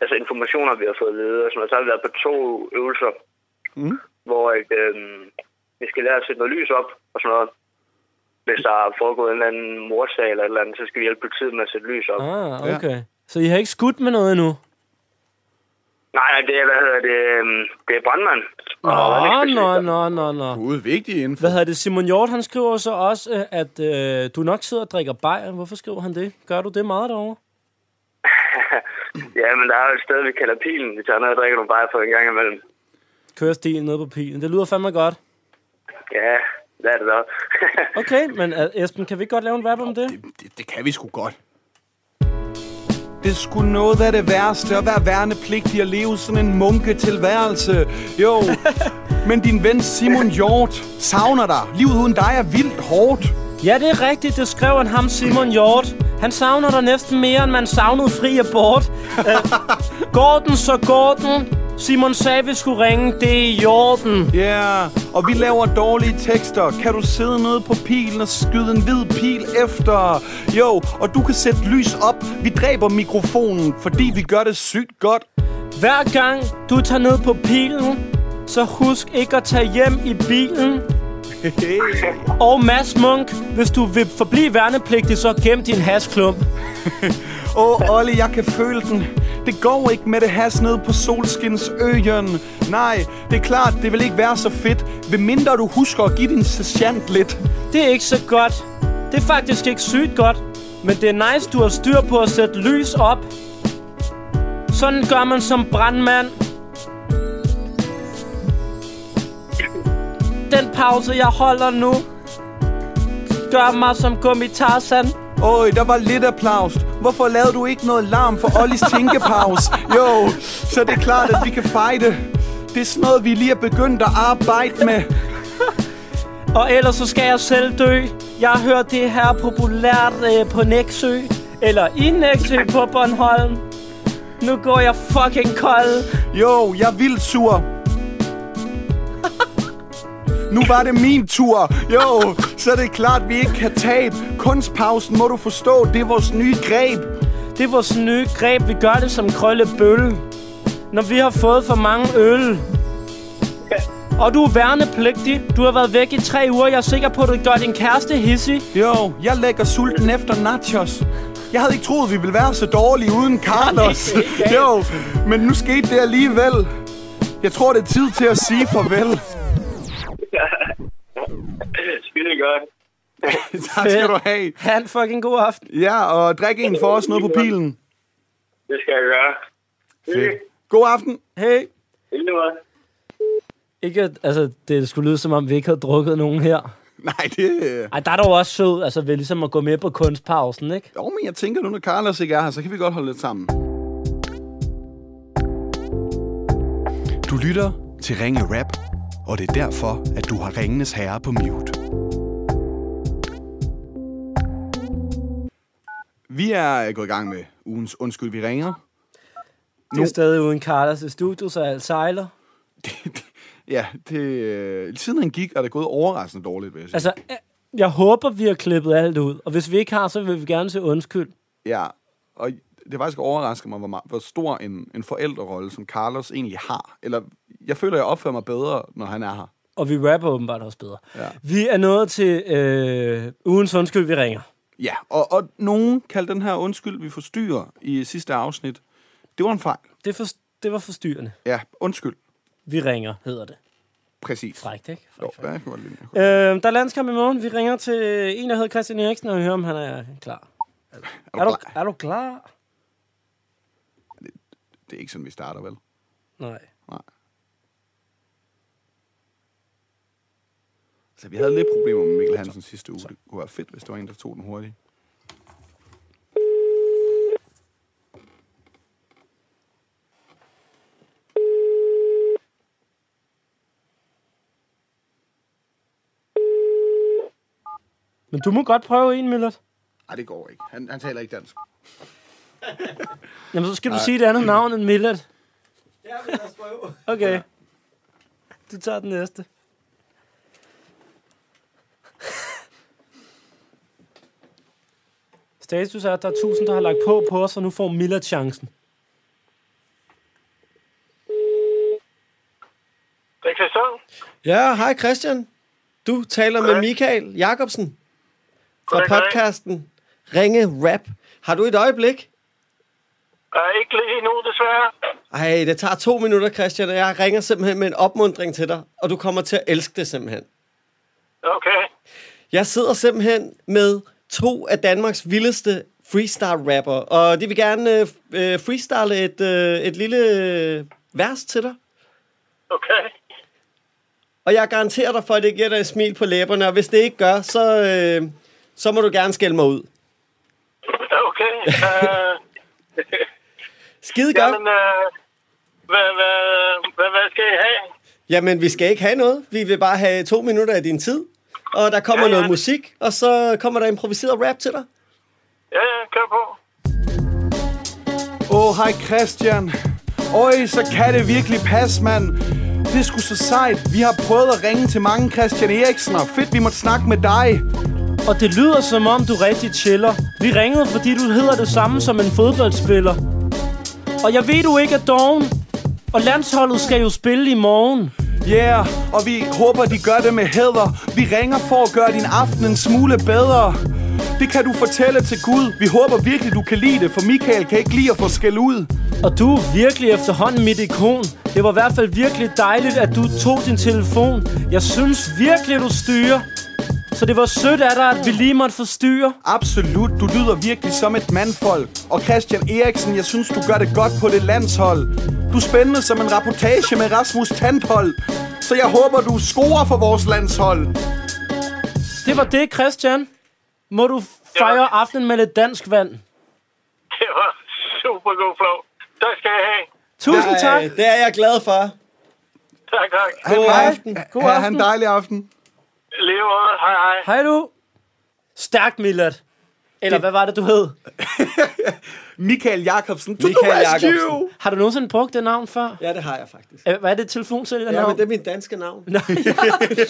Speaker 6: altså, informationer, vi har fået ledet. Og sådan, noget. så har vi været på to øvelser,
Speaker 2: Mm.
Speaker 6: hvor at, øhm, vi skal lære at sætte noget lys op og sådan noget. Hvis der er foregået en eller anden mordsag eller et eller andet, så skal vi hjælpe politiet med at sætte lys op.
Speaker 1: Ah,
Speaker 2: Ja.
Speaker 1: okay. Så I har ikke skudt med noget endnu?
Speaker 6: Nej, nej, det er, hvad hedder det, øhm, det er brandmand.
Speaker 1: Nå, nå, nå, nå, nå.
Speaker 2: Gud, vigtig info.
Speaker 1: Hvad hedder det? Simon Hjort, han skriver så også, øh, at øh, du nok sidder og drikker bajer. Hvorfor skriver han det? Gør du det meget derovre?
Speaker 6: Ja, men der er jo et sted, vi kalder pilen. Vi tager ned og drikker nogle bajer for en gang imellem.
Speaker 1: Kører stilen ned på pilen. Det lyder fandme godt.
Speaker 6: Ja, det er det da.
Speaker 1: Okay, men øh, Esben, kan vi ikke godt lave en rap om det?
Speaker 2: Det, det kan vi sgu godt. Det skulle noget af det værste at være værnepligtig og leve sådan en munketilværelse. Jo, men din ven Simon Hjort savner dig. Livet uden dig er vildt hårdt.
Speaker 1: Ja, det er rigtigt. Det skrev han ham, Simon Hjort. Han savner dig næsten mere, end man savnede fri abort. Øh, går den, så går den. Simon sagde, vi skulle ringe. Det er i orden.
Speaker 2: Ja, yeah. og vi laver dårlige tekster. Kan du sidde nede på pilen og skyde en hvid pil efter? Jo, og du kan sætte lys op. Vi dræber mikrofonen, fordi vi gør det sygt godt.
Speaker 1: Hver gang du tager ned på pilen, så husk ikke at tage hjem i bilen. og Mads Munk, hvis du vil forblive værnepligtig, så gem din hasklump.
Speaker 2: Åh, oh, Olli, jeg kan føle den. Det går ikke med det has ned på solskinsøen. Nej, det er klart, det vil ikke være så fedt, ved mindre du husker at give din sergeant lidt.
Speaker 1: Det er ikke så godt. Det er faktisk ikke sygt godt. Men det er nice, du har styr på at sætte lys op. Sådan gør man som brandmand. Den pause, jeg holder nu, gør mig som gummi Tarzan.
Speaker 2: Øj, der var lidt applaus. Hvorfor lavede du ikke noget larm for Ollis tænkepause? Jo, så det er klart, at vi kan fighte. Det er sådan noget, vi lige er begyndt at arbejde med.
Speaker 1: Og ellers så skal jeg selv dø. Jeg har hørt det her populært øh, på Nexø. Eller i Nexø på Bornholm. Nu går jeg fucking kold.
Speaker 2: Jo, jeg er vildt sur. Nu var det min tur. Jo, så det er klart, vi ikke kan tabe. Kunstpausen må du forstå, det er vores nye greb.
Speaker 1: Det er vores nye greb. Vi gør det som krøllebølle. Når vi har fået for mange øl. Og du er værnepligtig. Du har været væk i tre uger. Jeg er sikker på, at du gør din kæreste hissig.
Speaker 2: Jo, jeg lægger sulten efter nachos. Jeg havde ikke troet, vi ville være så dårlige uden Carlos. jo, men nu skete det alligevel. Jeg tror, det er tid til at sige farvel.
Speaker 4: Skide godt.
Speaker 2: tak skal du have.
Speaker 1: Ha' en fucking god aften.
Speaker 2: Ja, og drik en for os noget på pilen.
Speaker 4: Det skal jeg gøre.
Speaker 2: Fedt. God aften.
Speaker 1: Hej.
Speaker 4: Ikke,
Speaker 1: altså, det skulle lyde, som om vi ikke havde drukket nogen her.
Speaker 2: Nej, det... øh,
Speaker 1: Ej, der er dog også sød, altså ved ligesom at gå med på kunstpausen, ikke?
Speaker 2: Jo, men jeg tænker nu, når Carlos ikke er her, så kan vi godt holde lidt sammen. Du lytter til Ringe Rap, og det er derfor, at du har Ringenes Herre på mute. Vi er gået i gang med ugens Undskyld, vi ringer.
Speaker 1: Nu. Det er stadig uden Carlos i studiet, så alt sejler.
Speaker 2: Det, det, ja, det, øh, siden han gik, er det gået overraskende dårligt, vil jeg sige.
Speaker 1: Altså, jeg håber, vi har klippet alt ud, og hvis vi ikke har, så vil vi gerne se undskyld.
Speaker 2: Ja, og det faktisk overrasker mig, hvor, meget, hvor stor en, en forældrerolle, som Carlos egentlig har. Eller, jeg føler, jeg opfører mig bedre, når han er her.
Speaker 1: Og vi rapper åbenbart også bedre. Ja. Vi er nået til øh, ugens undskyld, vi ringer.
Speaker 2: Ja, og, og nogen kaldte den her undskyld, vi forstyrrer i sidste afsnit. Det var en fejl.
Speaker 1: Det, for, det var forstyrrende.
Speaker 2: Ja, undskyld.
Speaker 1: Vi ringer, hedder det.
Speaker 2: Præcis.
Speaker 1: Frækt, ikke?
Speaker 2: Frækt, frækt. Jo, frækt. Frækt.
Speaker 1: Øh, der er landskamp i morgen. Vi ringer til en, der hedder Christian Eriksen, og vi hører, om han er klar. Er du, er du, klar? Er du klar?
Speaker 2: Det, det er ikke sådan, vi starter, vel?
Speaker 1: Nej.
Speaker 2: Nej. Så vi havde lidt problemer med Mikkel Hansen sidste uge. Det kunne være fedt, hvis der var en, der tog den hurtigt.
Speaker 1: Men du må godt prøve en, Millert.
Speaker 2: Nej, det går ikke. Han, han taler ikke dansk.
Speaker 1: Jamen, så skal Ej. du sige et andet navn end Millert.
Speaker 12: Ja, men lad os prøve.
Speaker 1: Okay. Ja. Du tager den næste. Status er, at der er tusind, der har lagt på på os, og nu får Miller chancen.
Speaker 14: Det er Christian.
Speaker 7: Ja, hej Christian. Du taler okay. med Michael Jacobsen fra okay. podcasten Ringe Rap. Har du et øjeblik?
Speaker 14: Uh, ikke lige nu, desværre.
Speaker 7: Ej, det tager to minutter, Christian, og jeg ringer simpelthen med en opmundring til dig, og du kommer til at elske det simpelthen.
Speaker 14: Okay.
Speaker 7: Jeg sidder simpelthen med to af Danmarks vildeste freestyle-rapper, og de vil gerne øh, freestyle et, øh, et lille øh, vers til dig.
Speaker 14: Okay.
Speaker 7: Og jeg garanterer dig for, at det giver dig et smil på læberne, og hvis det ikke gør, så, øh, så må du gerne skælde mig ud.
Speaker 14: Okay. Uh...
Speaker 7: Skide godt.
Speaker 14: Jamen, uh, hvad, hvad, hvad, hvad skal I have?
Speaker 7: Jamen, vi skal ikke have noget. Vi vil bare have to minutter af din tid. og der kommer ja, ja. noget musik, og så kommer der improviseret rap til dig.
Speaker 14: Ja, ja, kør på.
Speaker 2: Åh, oh, hej Christian. Øj, så kan det virkelig passe, mand. Det er sgu så sejt. Vi har prøvet at ringe til mange Christian Eriksen, og fedt, vi måtte snakke med dig.
Speaker 1: Og det lyder som om, du rigtig chiller. Vi ringede, fordi du hedder det samme som en fodboldspiller. Og jeg ved, du ikke er doven. Og landsholdet skal jo spille i morgen.
Speaker 2: Yeah, og vi håber, de gør det med hæder. Vi ringer for at gøre din aften en smule bedre. Det kan du fortælle til Gud. Vi håber virkelig, du kan lide det, for Michael kan ikke lide at få skæld ud.
Speaker 1: Og du er virkelig efterhånden mit ikon. Det var i hvert fald virkelig dejligt, at du tog din telefon. Jeg synes virkelig, du styrer. Så det var sødt af dig, at vi lige måtte forstyrre.
Speaker 2: Absolut, du lyder virkelig som et mandfolk. Og Christian Eriksen, jeg synes, du gør det godt på det landshold. Du er spændende som en rapportage med Rasmus Tandhold. Så jeg håber, du scorer for vores landshold.
Speaker 1: Det var det, Christian. Må du fejre ja. aftenen med lidt dansk vand.
Speaker 14: Det var super god flow. Tak skal jeg have.
Speaker 1: Tusind
Speaker 7: Nej,
Speaker 1: tak.
Speaker 7: Det er jeg glad for.
Speaker 14: Tak, tak.
Speaker 2: God
Speaker 1: hej.
Speaker 2: aften. God aften. Han dejlig aften.
Speaker 14: Leve godt. Hej, hej.
Speaker 1: Hej du. Stærkt, Millet. Eller det... hvad var det, du hed?
Speaker 2: Michael Jacobsen.
Speaker 7: Michael Jacobsen.
Speaker 1: Har du nogensinde brugt det navn før? Øh,
Speaker 7: Ja, det har jeg faktisk.
Speaker 1: Hvad er det telefonsælger
Speaker 7: ja,
Speaker 1: navn?
Speaker 7: men det er mit danske navn.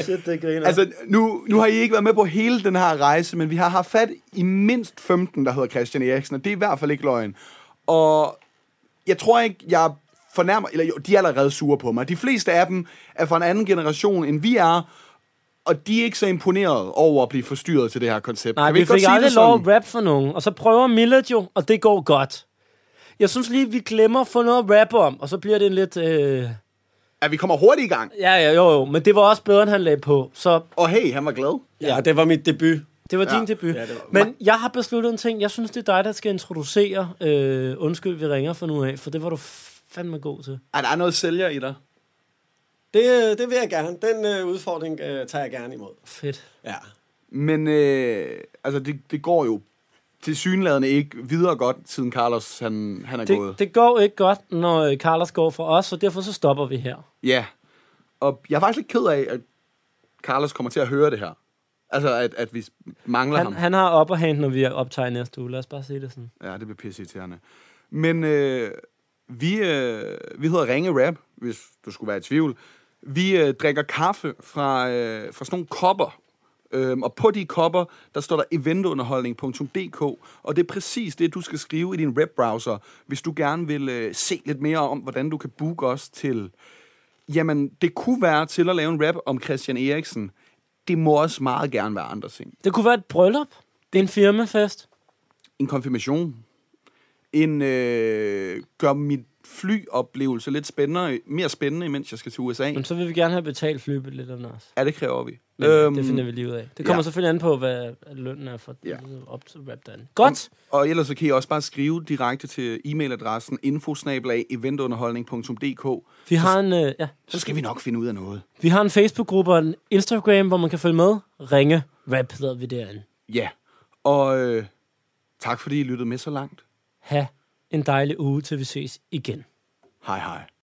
Speaker 1: Shit, det griner.
Speaker 2: Altså, nu, nu har I ikke været med på hele den her rejse, men vi har haft fat i mindst 15, der hedder Christian Eriksen, og det er i hvert fald ikke løgn. Og jeg tror ikke, jeg fornærmer... Eller jo, de er allerede sure på mig. De fleste af dem er fra en anden generation, end vi er, og de er ikke så imponeret over at blive forstyrret til det her koncept.
Speaker 1: Nej,
Speaker 2: Kan
Speaker 1: vi, vi
Speaker 2: ikke godt
Speaker 1: fik
Speaker 2: sige
Speaker 1: aldrig
Speaker 2: det
Speaker 1: lov
Speaker 2: sådan?
Speaker 1: at rap for nogen. Og så prøver Millet jo, og det går godt. Jeg synes lige, vi glemmer at få noget at rappe om, og så bliver det en lidt... Øh...
Speaker 2: Ja, vi kommer hurtigt i gang.
Speaker 1: Ja, ja, jo, jo. Men det var også bedre, end han lagde på. Så
Speaker 2: Og hey, han var glad.
Speaker 7: Ja, det var mit debut.
Speaker 1: det var
Speaker 2: Ja.
Speaker 1: ja. din debut.
Speaker 7: Ja, det var-
Speaker 1: Men jeg har besluttet en ting. Jeg synes, det er dig, der skal introducere. Øh, undskyld, vi ringer for nu af, for det var du fandme god til.
Speaker 2: Ej, der er noget sælger i dig.
Speaker 7: Det, øh, det vil jeg gerne. Den øh, udfordring øh, tager jeg gerne imod.
Speaker 1: Fedt.
Speaker 7: Ja.
Speaker 2: Men øh, altså, det, det går jo til synlædende ikke videre godt, siden Carlos han, han er det,
Speaker 1: Det,
Speaker 2: gået.
Speaker 1: det går ikke godt, når øh, Carlos går fra os, så derfor så stopper vi her.
Speaker 2: Ja. Og jeg er faktisk lidt ked af, at Carlos kommer til at høre det her. Altså, at, at vi mangler
Speaker 1: Han,
Speaker 2: ham.
Speaker 1: han har op og hand, når vi optager i næste uge. Lad os bare sige det sådan.
Speaker 2: Ja, det bliver pisseirriterende. Men øh, vi, øh, vi hedder Ringe Rap, hvis du skulle være i tvivl. Vi øh, drikker kaffe fra, øh, fra sådan nogle kopper. Øhm, og på de kopper, der står der eventunderholdning.dk, og det er præcis det, du skal skrive i din webbrowser, hvis du gerne vil øh, se lidt mere om, hvordan du kan booke os til... Jamen, det kunne være til at lave en rap om Christian Eriksen. Det må også meget gerne være andre ting.
Speaker 1: Det kunne være et bryllup. Det er en firmafest.
Speaker 2: en konfirmation, en øh, gør mit flyoplevelse lidt spændende, mere spændende, mens jeg skal til USA.
Speaker 1: Men så vil vi gerne have betalt flybilletterne også.
Speaker 2: Ja, det kræver vi.
Speaker 1: Men øhm, det finder vi lige ud af. Det kommer
Speaker 2: ja.
Speaker 1: ja. selvfølgelig an på, hvad lønnen er for
Speaker 2: Ja.
Speaker 1: ja. op til rap derinde. Godt!
Speaker 2: Og ellers så kan I også bare skrive direkte til e-mailadressen infosnabelag.eventunderholdning.dk
Speaker 1: Vi har en, øh, ja.
Speaker 2: Så skal vi nok finde ud af noget.
Speaker 1: vi har en Facebook-gruppe og en Instagram, hvor man kan følge med. Ringe rap hedder vi derinde.
Speaker 2: Ja, og øh, tak fordi I lyttede med så langt.
Speaker 1: Ha' en dejlig uge, til vi ses igen.
Speaker 2: Hej hej.